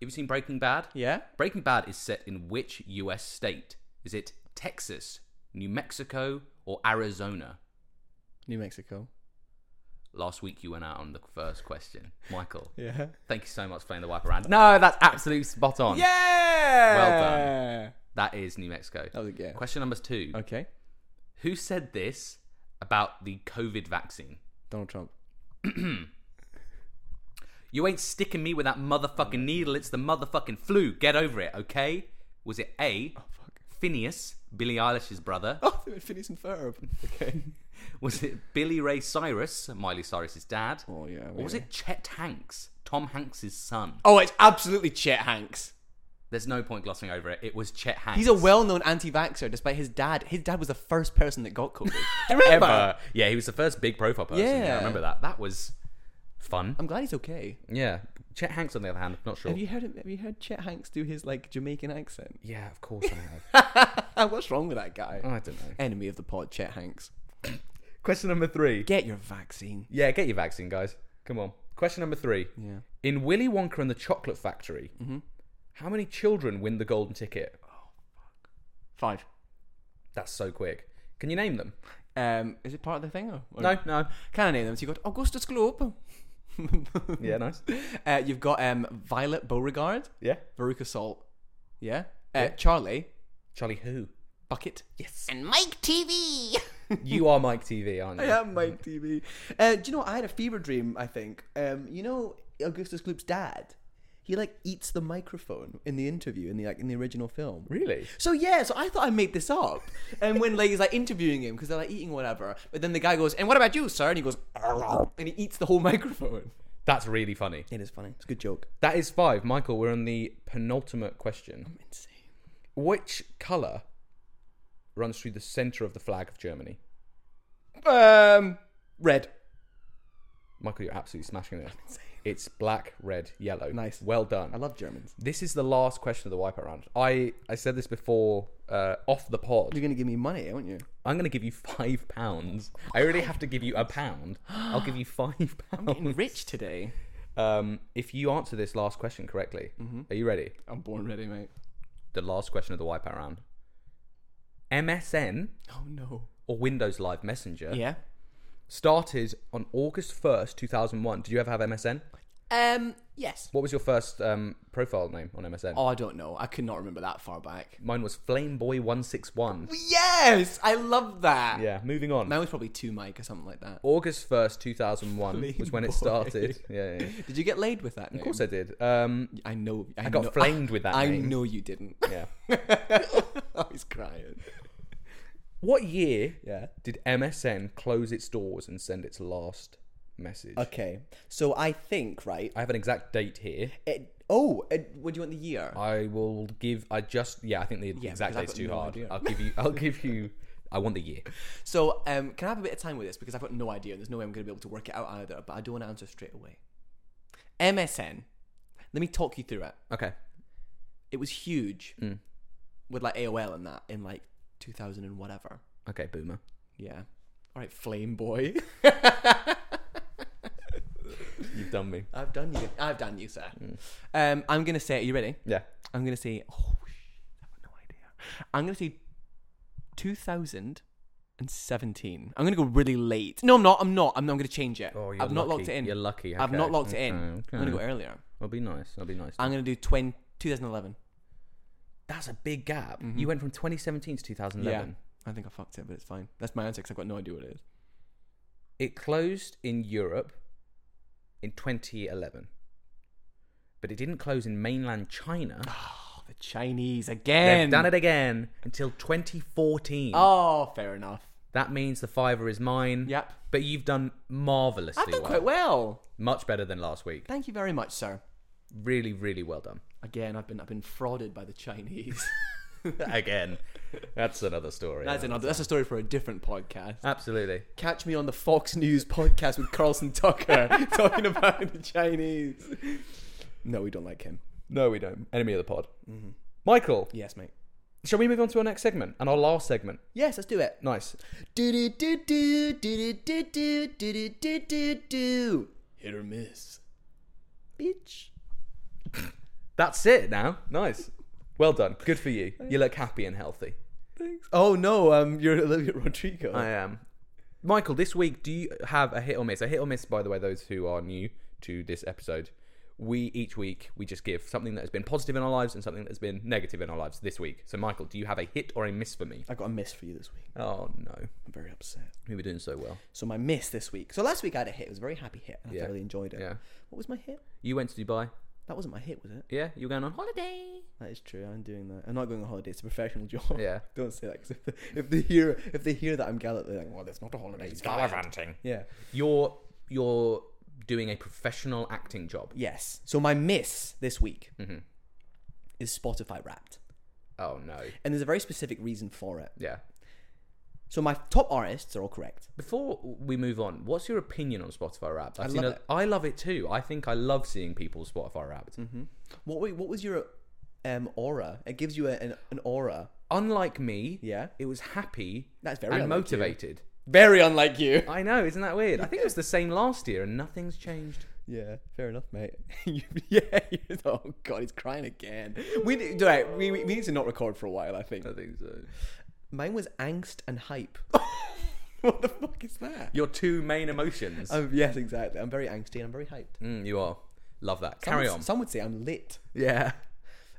[SPEAKER 1] Have you seen Breaking Bad?
[SPEAKER 2] Yeah.
[SPEAKER 1] Breaking Bad is set in which US state? Is it Texas, New Mexico, or Arizona?
[SPEAKER 2] New Mexico.
[SPEAKER 1] Last week you went out on the first question. Michael,
[SPEAKER 2] Yeah.
[SPEAKER 1] thank you so much for playing the wipe around. No, that's absolute spot on.
[SPEAKER 2] Yeah.
[SPEAKER 1] Well done. That is New Mexico.
[SPEAKER 2] That was a yeah.
[SPEAKER 1] Question number two.
[SPEAKER 2] Okay.
[SPEAKER 1] Who said this about the COVID vaccine?
[SPEAKER 2] Donald Trump.
[SPEAKER 1] You ain't sticking me with that motherfucking needle. It's the motherfucking flu. Get over it, okay? Was it A,
[SPEAKER 2] Fuck.
[SPEAKER 1] Phineas, Billie Eilish's brother?
[SPEAKER 2] Oh, they went Phineas and Ferb. Okay.
[SPEAKER 1] Was it Billy Ray Cyrus, Miley Cyrus's dad?
[SPEAKER 2] Oh yeah.
[SPEAKER 1] Or was it Chet Hanks, Tom Hanks's son?
[SPEAKER 2] Oh, it's absolutely Chet Hanks.
[SPEAKER 1] There's no point glossing over it. It was Chet Hanks.
[SPEAKER 2] He's a well-known anti-vaxxer, despite his dad. His dad was the first person that got COVID. Do you remember?
[SPEAKER 1] ever. Yeah, he was the first big profile person. Yeah, I
[SPEAKER 2] Yeah.
[SPEAKER 1] remember that. That was fun.
[SPEAKER 2] I'm glad he's okay.
[SPEAKER 1] Yeah, Chet Hanks on the other hand, not sure.
[SPEAKER 2] Have you heard? him- Have you heard Chet Hanks do his like Jamaican accent?
[SPEAKER 1] Yeah, of course I have.
[SPEAKER 2] What's wrong with that guy?
[SPEAKER 1] I don't know.
[SPEAKER 2] Enemy of the pod, Chet Hanks.
[SPEAKER 1] Question number three.
[SPEAKER 2] Get your vaccine.
[SPEAKER 1] Yeah, get your vaccine, guys. Come on. Question number three.
[SPEAKER 2] Yeah.
[SPEAKER 1] In Willy Wonka and the Chocolate Factory, how many children win the golden ticket?
[SPEAKER 2] Five.
[SPEAKER 1] That's so quick. Can you name them?
[SPEAKER 2] Um, is it part of the thing? Or, or-
[SPEAKER 1] No, no.
[SPEAKER 2] Can I name them? So you've got Augustus Globe.
[SPEAKER 1] Yeah, nice.
[SPEAKER 2] Uh, you've got um, Violet Beauregard,
[SPEAKER 1] Yeah.
[SPEAKER 2] Veruca Salt. Yeah. Uh, Charlie
[SPEAKER 1] Charlie, who?
[SPEAKER 2] Bucket.
[SPEAKER 1] Yes.
[SPEAKER 5] and Mike TV.
[SPEAKER 1] You are Mike TV, aren't you?
[SPEAKER 4] I am Mike TV. Uh, do you know what? I had a fever dream, I think. Um, you know Augustus Gloop's dad? He like eats the microphone in the interview in the like in the original film.
[SPEAKER 1] Really?
[SPEAKER 4] So yeah, so I thought I made this up.
[SPEAKER 2] And when like, he's like interviewing him because they're like eating whatever, but then the guy goes, "And what about you, sir?" And he goes, and he eats the whole microphone.
[SPEAKER 1] That's really funny.
[SPEAKER 4] It is funny. It's a good joke.
[SPEAKER 1] That is five. Michael, we're on the penultimate question.
[SPEAKER 2] Insane.
[SPEAKER 1] Which colour runs through the centre of the flag of Germany?
[SPEAKER 2] Um, red.
[SPEAKER 1] Michael, you're absolutely smashing this. It's black, red, yellow.
[SPEAKER 4] Nice.
[SPEAKER 1] Well done.
[SPEAKER 4] I love Germans.
[SPEAKER 1] this is the last question of the wipeout round. I, I said this before uh, off the pod.
[SPEAKER 4] You're gonna give me money, aren't you?
[SPEAKER 1] I'm going to give you five pounds. I already have to give you a pound. I'll give you five
[SPEAKER 2] Getting
[SPEAKER 1] pounds.
[SPEAKER 2] rich today.
[SPEAKER 1] Um, if you answer this last question correctly,
[SPEAKER 2] Mm-hmm.
[SPEAKER 1] are you ready?
[SPEAKER 2] I'm born ready, mate.
[SPEAKER 1] The last question of the wipeout round. MSN
[SPEAKER 2] Oh no.
[SPEAKER 1] or Windows Live Messenger
[SPEAKER 2] Yeah.
[SPEAKER 1] started on August 1st, 2001. Did you ever have MSN?
[SPEAKER 2] Um. Yes.
[SPEAKER 1] What was your first um, profile name on MSN?
[SPEAKER 2] Oh, I don't know. I could not remember that far back.
[SPEAKER 1] Mine was Flameboy161.
[SPEAKER 2] Yes, I love that.
[SPEAKER 1] Yeah, moving on.
[SPEAKER 2] Mine was probably two mic or something like that.
[SPEAKER 1] August 1st, 2001 was when it
[SPEAKER 2] Flameboy.
[SPEAKER 1] started. Yeah, yeah, yeah.
[SPEAKER 2] Did you get laid with that? Name?
[SPEAKER 1] Of course I did. Um,
[SPEAKER 2] I know. I,
[SPEAKER 1] I got
[SPEAKER 2] know-
[SPEAKER 1] flamed with that
[SPEAKER 2] I
[SPEAKER 1] name.
[SPEAKER 2] know you didn't.
[SPEAKER 1] Yeah.
[SPEAKER 2] I was crying.
[SPEAKER 1] What year
[SPEAKER 4] Yeah.
[SPEAKER 1] did MSN close its doors and send its last message?
[SPEAKER 4] Okay. So I think right.
[SPEAKER 1] I have an exact date here.
[SPEAKER 4] It, oh, it, what do you want the year?
[SPEAKER 1] I will give. I just. Yeah, I think the exact
[SPEAKER 2] because I've
[SPEAKER 1] date's
[SPEAKER 2] got
[SPEAKER 1] too
[SPEAKER 2] no
[SPEAKER 1] hard.
[SPEAKER 2] idea.
[SPEAKER 1] I'll give you. I'll give you. I want the year.
[SPEAKER 2] So, um, can I have a bit of time with this because I've got no idea and there's no way I'm going to be able to work it out either. But I do want to answer straight away. MSN. Let me talk you through it.
[SPEAKER 1] Okay.
[SPEAKER 2] It was huge
[SPEAKER 1] Mm.
[SPEAKER 2] with like AOL and that in like 2000 and whatever.
[SPEAKER 1] Okay, boomer.
[SPEAKER 2] Yeah. All right, Flame Boy.
[SPEAKER 1] You've done me.
[SPEAKER 2] I've done you. I've done you, sir.
[SPEAKER 1] Mm.
[SPEAKER 2] Um, I'm gonna say. Are you ready?
[SPEAKER 1] Yeah.
[SPEAKER 2] I'm gonna say. Oh, sh- I've got no idea. I'm gonna say 2017. I'm gonna go really late. No, I'm not. I'm not. I'm, I'm gonna change it.
[SPEAKER 1] Oh, you're
[SPEAKER 2] I've not
[SPEAKER 1] lucky.
[SPEAKER 2] locked it in.
[SPEAKER 1] You're lucky.
[SPEAKER 2] I've not
[SPEAKER 1] Okay,
[SPEAKER 2] locked it in.
[SPEAKER 1] okay,
[SPEAKER 2] I'm gonna go
[SPEAKER 1] okay.
[SPEAKER 2] earlier.
[SPEAKER 1] I'll be nice. I'll be nice.
[SPEAKER 2] I'm gonna do 20, 2011.
[SPEAKER 1] That's a big gap. You went from 2017 to 2011.
[SPEAKER 6] I think I fucked it, but it's fine. That's my answer because I've got no idea what it is.
[SPEAKER 1] It closed in Europe in 2011, but it didn't close in mainland China.
[SPEAKER 6] Oh, the Chinese
[SPEAKER 1] They've
[SPEAKER 6] again.
[SPEAKER 1] done it again until 2014.
[SPEAKER 6] Oh, fair enough.
[SPEAKER 1] That means the fiver is mine.
[SPEAKER 6] Yep.
[SPEAKER 1] But you've done marvelously.
[SPEAKER 6] I've done quite well.
[SPEAKER 1] Much better than last week.
[SPEAKER 6] Thank you very much, sir.
[SPEAKER 1] Really, really well done.
[SPEAKER 6] Again, I've been I've been frauded by the Chinese.
[SPEAKER 1] Again, that's another story.
[SPEAKER 6] that's
[SPEAKER 1] Yeah.
[SPEAKER 6] another. That's a story for a different podcast.
[SPEAKER 1] Absolutely.
[SPEAKER 6] Catch me on the Fox News podcast with Carlson Tucker talking about the Chinese. No, we don't like him.
[SPEAKER 1] No, we don't. Enemy of the pod.
[SPEAKER 6] Mm-hmm.
[SPEAKER 1] Michael,
[SPEAKER 6] Yes, mate.
[SPEAKER 1] shall we move on to our next segment and our last segment?
[SPEAKER 6] Yes, let's do it.
[SPEAKER 1] Nice.
[SPEAKER 6] Do do do do do do do do do do do. Hit or miss, bitch.
[SPEAKER 1] That's it now. Nice. Well done. Good for you. You look happy and healthy.
[SPEAKER 6] Oh no, um, you're Olivia Rodrigo.
[SPEAKER 1] I am. Michael, this week, do you have a hit or miss? A hit or miss, by the way, those who are new to this episode, we each week we just give something that has been positive in our lives and something that has been negative in our lives this week. So, Michael, do you have a hit or a miss for me?
[SPEAKER 2] I got a miss for you this week.
[SPEAKER 1] Oh no,
[SPEAKER 2] I'm very upset.
[SPEAKER 1] we were doing so well.
[SPEAKER 2] So my miss this week. So last week I had a hit. It was a very happy hit. And I
[SPEAKER 1] Yeah.
[SPEAKER 2] thoroughly enjoyed it.
[SPEAKER 1] Yeah,
[SPEAKER 2] What was my hit?
[SPEAKER 1] you went to Dubai.
[SPEAKER 2] That wasn't my hit, was it?
[SPEAKER 1] Yeah, you were going on holiday.
[SPEAKER 2] That is true. I'm doing that. I'm not going on holiday. It's a professional job.
[SPEAKER 1] Yeah,
[SPEAKER 2] Don't say that 'cause if, if they hear if they hear that I'm Gallic, they're like, "Well, that's not a holiday." It's Gallic." Yeah.
[SPEAKER 1] You're you're doing a professional acting job.
[SPEAKER 2] Yes. So my miss this week
[SPEAKER 1] Mhm.
[SPEAKER 2] is Spotify Wrapped,
[SPEAKER 1] Oh no.
[SPEAKER 2] and there's a very specific reason for it.
[SPEAKER 1] Yeah.
[SPEAKER 2] So my top artists are all correct.
[SPEAKER 1] Before we move on, what's your opinion on Spotify Wrapped? I've
[SPEAKER 2] I
[SPEAKER 1] seen
[SPEAKER 2] love
[SPEAKER 1] a-
[SPEAKER 2] it.
[SPEAKER 1] I love it too. I think I love seeing people Spotify Wrapped.
[SPEAKER 2] Mm-hmm. What wa- what was your um aura? It gives you a, an an aura.
[SPEAKER 1] Unlike me,
[SPEAKER 2] Yeah.
[SPEAKER 1] it was happy
[SPEAKER 2] That's very
[SPEAKER 1] and
[SPEAKER 2] unlike you.
[SPEAKER 1] motivated.
[SPEAKER 2] Very unlike you.
[SPEAKER 1] I know, isn't that weird? I think it was the same last year, and nothing's changed.
[SPEAKER 2] Yeah, fair enough, mate. You- yeah. you- Oh God, he's crying again. We need, right, we we we need to not record for a while. I think
[SPEAKER 1] think so.
[SPEAKER 2] mine was angst and hype. what the fuck is that?
[SPEAKER 1] Your two main emotions.
[SPEAKER 2] Um, yes, exactly. I'm very angsty and I'm very hyped.
[SPEAKER 1] Mm, you are. Love that.
[SPEAKER 2] Some
[SPEAKER 1] Carry
[SPEAKER 2] would-
[SPEAKER 1] on.
[SPEAKER 2] Some would say I'm lit.
[SPEAKER 1] Yeah.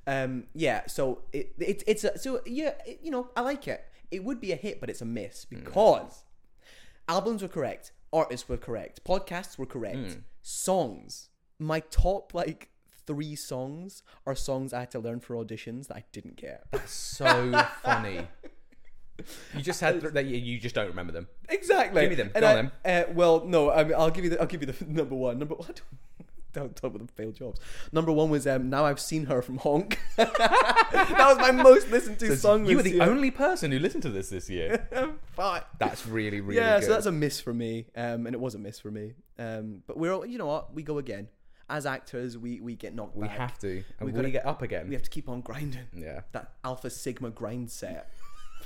[SPEAKER 2] Um, yeah. So it, it it's a, so yeah. It, you know, I like it. It would be a hit, but it's a miss
[SPEAKER 1] Hmm.
[SPEAKER 2] because albums were correct, artists were correct, podcasts were correct,
[SPEAKER 1] Hmm.
[SPEAKER 2] songs. My top like three songs are songs I had to learn for auditions that I didn't get.
[SPEAKER 1] So funny. You just had th- that. You you just don't remember them.
[SPEAKER 2] exactly.
[SPEAKER 1] Give me them.
[SPEAKER 2] And
[SPEAKER 1] Go
[SPEAKER 2] I,
[SPEAKER 1] on
[SPEAKER 2] Uh, well, no. I mean, I'll give you. The, I'll give you the number one. Number one. Don't talk about the failed jobs. Number one was um, "Now I've Seen Her" from Honk. that was my most listened to song.
[SPEAKER 1] you were
[SPEAKER 2] this
[SPEAKER 1] the
[SPEAKER 2] year. Um,
[SPEAKER 1] only person who listened to this this year.
[SPEAKER 2] Fuck.
[SPEAKER 1] That's really, really
[SPEAKER 2] yeah,
[SPEAKER 1] good.
[SPEAKER 2] so that's a miss for me, um, and it was a miss for me. Um, but we're all, you know what? We go again. As actors, we we get knocked
[SPEAKER 1] we
[SPEAKER 2] back.
[SPEAKER 1] have to. And we,
[SPEAKER 2] We gotta-
[SPEAKER 1] get up again.
[SPEAKER 2] we have to keep on grinding.
[SPEAKER 1] yeah.
[SPEAKER 2] That alpha sigma grind set,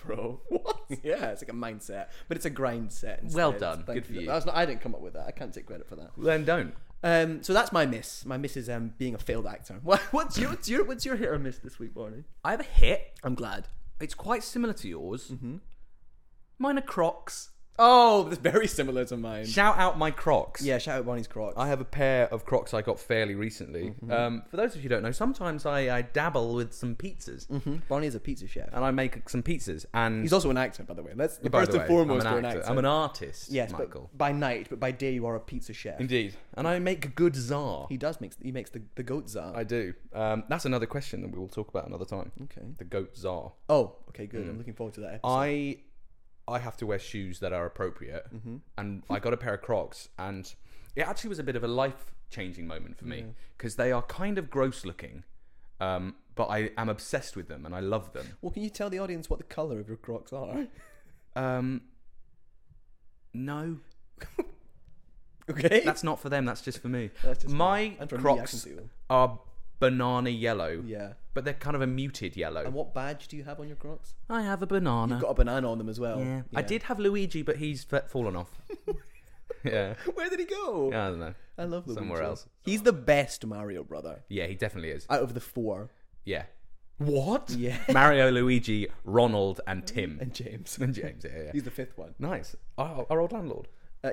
[SPEAKER 2] bro. what? Yeah, it's like a mindset, but it's a grind set. Instead.
[SPEAKER 1] Well done.
[SPEAKER 2] Thank
[SPEAKER 1] Good for you.
[SPEAKER 2] That's not, I didn't come up with that. I can't take credit for that.
[SPEAKER 1] Then don't.
[SPEAKER 2] Um, so that's my miss. My miss is um, being a failed actor. What, what's your what's your what's your hit or miss this week, Barney?
[SPEAKER 1] I have a hit.
[SPEAKER 2] I'm glad.
[SPEAKER 1] It's quite similar to yours. Mm-hmm. Mine are Crocs.
[SPEAKER 2] Oh, that's very similar to mine.
[SPEAKER 1] Shout out my Crocs.
[SPEAKER 2] Yeah, shout out Barney's Crocs.
[SPEAKER 1] I have a pair of Crocs I got fairly recently. Um, for those of you who don't know, sometimes I, I dabble with some pizzas
[SPEAKER 2] Mhm. Barney's a pizza chef.
[SPEAKER 1] and I make some pizzas. And
[SPEAKER 2] He's also an actor, by the way. That's the
[SPEAKER 1] by
[SPEAKER 2] first
[SPEAKER 1] the
[SPEAKER 2] and
[SPEAKER 1] way,
[SPEAKER 2] foremost.
[SPEAKER 1] I'm
[SPEAKER 2] we're
[SPEAKER 1] an actor. I'm an artist.
[SPEAKER 2] yes,
[SPEAKER 1] Michael.
[SPEAKER 2] but by night, but by day you are a pizza chef.
[SPEAKER 1] Indeed, and I make good czar.
[SPEAKER 2] He does makes he makes the the goat czar.
[SPEAKER 1] I do. Um, that's another question that we will talk about another time.
[SPEAKER 2] okay.
[SPEAKER 1] The goat czar.
[SPEAKER 2] Oh, okay, good. I'm looking forward to that. Episode.
[SPEAKER 1] Mm. I I have to wear shoes that are appropriate,
[SPEAKER 2] Mm-hmm.
[SPEAKER 1] and I got a pair of Crocs, and it actually was a bit of a life changing moment for me because they are kind of gross looking, um, but I am obsessed with them and I love them.
[SPEAKER 2] Well, can you tell the audience what the color of your Crocs are?
[SPEAKER 1] Um, no,
[SPEAKER 2] okay.
[SPEAKER 1] that's not for them. That's just for me.
[SPEAKER 2] That's just
[SPEAKER 1] My
[SPEAKER 2] And for me, I can
[SPEAKER 1] Crocs
[SPEAKER 2] see them.
[SPEAKER 1] are banana yellow,
[SPEAKER 2] Yeah.
[SPEAKER 1] but they're kind of a muted yellow.
[SPEAKER 2] And what badge do you have on your Crocs?
[SPEAKER 1] I have a banana.
[SPEAKER 2] You've got a banana on them as well.
[SPEAKER 1] Uh, yeah. I did have Luigi, but he's fa- fallen off. yeah.
[SPEAKER 2] Where did he go?
[SPEAKER 1] yeah, I don't know.
[SPEAKER 2] I love Luigi.
[SPEAKER 1] Somewhere else.
[SPEAKER 2] He's the best Mario brother
[SPEAKER 1] Yeah, he definitely is.
[SPEAKER 2] out of the four.
[SPEAKER 1] Yeah. What?
[SPEAKER 2] Yeah.
[SPEAKER 1] Mario, Luigi, Ronald, and Tim.
[SPEAKER 2] And James.
[SPEAKER 1] And James, yeah, yeah.
[SPEAKER 2] He's the fifth one.
[SPEAKER 1] Nice. Our, our old landlord.
[SPEAKER 2] Uh,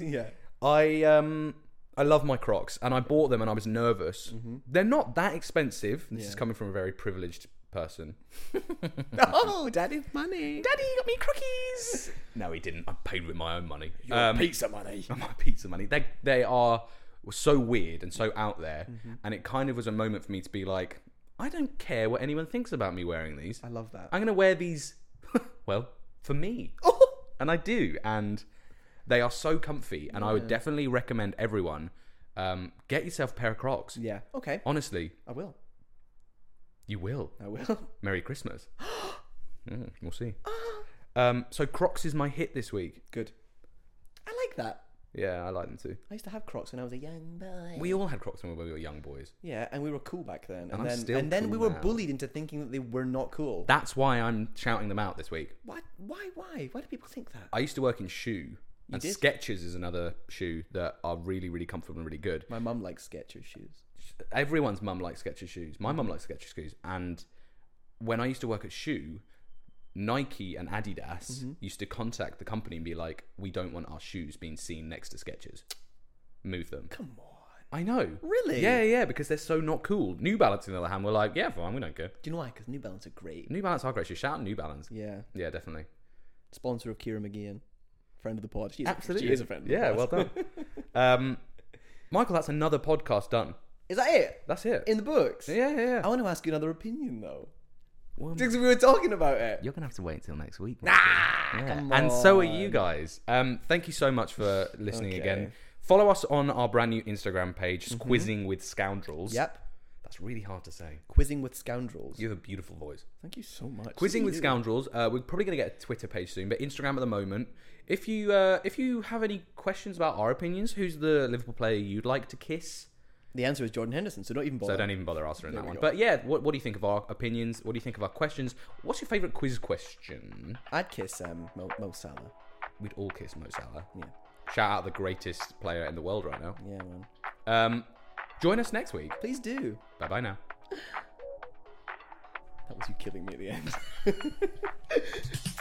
[SPEAKER 2] Yeah.
[SPEAKER 1] I um I love my Mm-hmm. Crocs and I bought them and I was nervous. They're not that expensive. This is coming from a very privileged person.
[SPEAKER 7] oh, daddy's money.
[SPEAKER 1] Daddy got me cookies. no, he didn't. I paid with my own money. Um,
[SPEAKER 2] pizza money.
[SPEAKER 1] my pizza money. They they are so weird and so out there, and it kind of was a moment for me to be like, I don't care what anyone thinks about me wearing these.
[SPEAKER 2] I love that.
[SPEAKER 1] I'm gonna wear these. well, for me, and I do, and they are so comfy. And I would definitely recommend everyone um, get yourself a pair of Crocs.
[SPEAKER 2] yeah. Okay.
[SPEAKER 1] Honestly,
[SPEAKER 2] I will.
[SPEAKER 1] you will.
[SPEAKER 2] I will.
[SPEAKER 1] Merry Christmas. Mm, we'll see.
[SPEAKER 2] Ah.
[SPEAKER 1] Um, so Crocs is my hit this week.
[SPEAKER 2] Good. I like that.
[SPEAKER 1] Yeah, I like them too.
[SPEAKER 2] I used to have Crocs when I was a young boy.
[SPEAKER 1] We all had Crocs when we were young boys.
[SPEAKER 2] yeah, and we were cool back then. And,
[SPEAKER 1] I'm
[SPEAKER 2] then
[SPEAKER 1] still
[SPEAKER 2] and then we
[SPEAKER 1] cool
[SPEAKER 2] were
[SPEAKER 1] now.
[SPEAKER 2] bullied into thinking that they were not cool.
[SPEAKER 1] That's why I'm shouting them out this week.
[SPEAKER 2] Why? Why? Why? Why do people think that?
[SPEAKER 1] I used to work in shoe. and
[SPEAKER 2] did?
[SPEAKER 1] Skechers is another shoe that are really, really comfortable and really good.
[SPEAKER 2] My mum likes Skechers shoes.
[SPEAKER 1] Everyone's mum likes Skechers shoes. My mum likes Skechers shoes. And when I used to work at shoe, Nike and Adidas
[SPEAKER 2] Mm-hmm.
[SPEAKER 1] used to contact the company and be like, "We don't want our shoes being seen next to Skechers. Move them."
[SPEAKER 2] Come on.
[SPEAKER 1] I know.
[SPEAKER 2] Really?
[SPEAKER 1] Yeah, yeah. Because they're so not cool. New Balance, on the other hand, were like, "Yeah, fine, we don't care."
[SPEAKER 2] Do you know why? Because New Balance are great.
[SPEAKER 1] New Balance are great. shoes. Shout out New Balance.
[SPEAKER 2] Yeah.
[SPEAKER 1] Yeah, definitely.
[SPEAKER 2] Sponsor of Kira McGeehan, friend of the pod. She's
[SPEAKER 1] Absolutely.
[SPEAKER 2] she is a friend. Of the
[SPEAKER 1] Yeah,
[SPEAKER 2] pod.
[SPEAKER 1] well done. um, Michael, that's another podcast done.
[SPEAKER 2] Is that it?
[SPEAKER 1] That's it.
[SPEAKER 2] In the books.
[SPEAKER 1] yeah, yeah, yeah.
[SPEAKER 2] I want to ask you another opinion though,
[SPEAKER 1] Well,
[SPEAKER 2] because we were talking about it.
[SPEAKER 1] you're gonna have to wait until next week. Yeah.
[SPEAKER 2] come
[SPEAKER 1] And so are you
[SPEAKER 2] on.
[SPEAKER 1] guys. Um, thank you so much for listening
[SPEAKER 2] Okay. Mm-hmm.
[SPEAKER 1] again. Follow us on our brand new Instagram page, Squizzing with Scoundrels.
[SPEAKER 2] Yep.
[SPEAKER 1] That's really hard to say.
[SPEAKER 2] Quizzing with scoundrels.
[SPEAKER 1] You have a beautiful voice.
[SPEAKER 2] Thank you so much.
[SPEAKER 1] Quizzing with Scoundrels. Uh, we're probably going to get a Twitter page soon, but Instagram at the moment. If you uh, if you have any questions about our opinions, who's the Liverpool player you'd like to kiss?
[SPEAKER 2] The answer is Jordan Henderson, so don't even bother.
[SPEAKER 1] So don't even bother answering that
[SPEAKER 2] we
[SPEAKER 1] one.
[SPEAKER 2] go.
[SPEAKER 1] But yeah, what, what do you think of our opinions? What do you think of our questions? What's your favourite quiz question?
[SPEAKER 2] I'd kiss um, Mo, Mo Salah.
[SPEAKER 1] We'd all kiss Mo Salah.
[SPEAKER 2] Yeah.
[SPEAKER 1] Shout out the greatest player in the world right now.
[SPEAKER 2] Yeah, man.
[SPEAKER 1] Um, join us next week.
[SPEAKER 2] Please do.
[SPEAKER 1] Bye bye now.
[SPEAKER 2] That was you killing me at the end.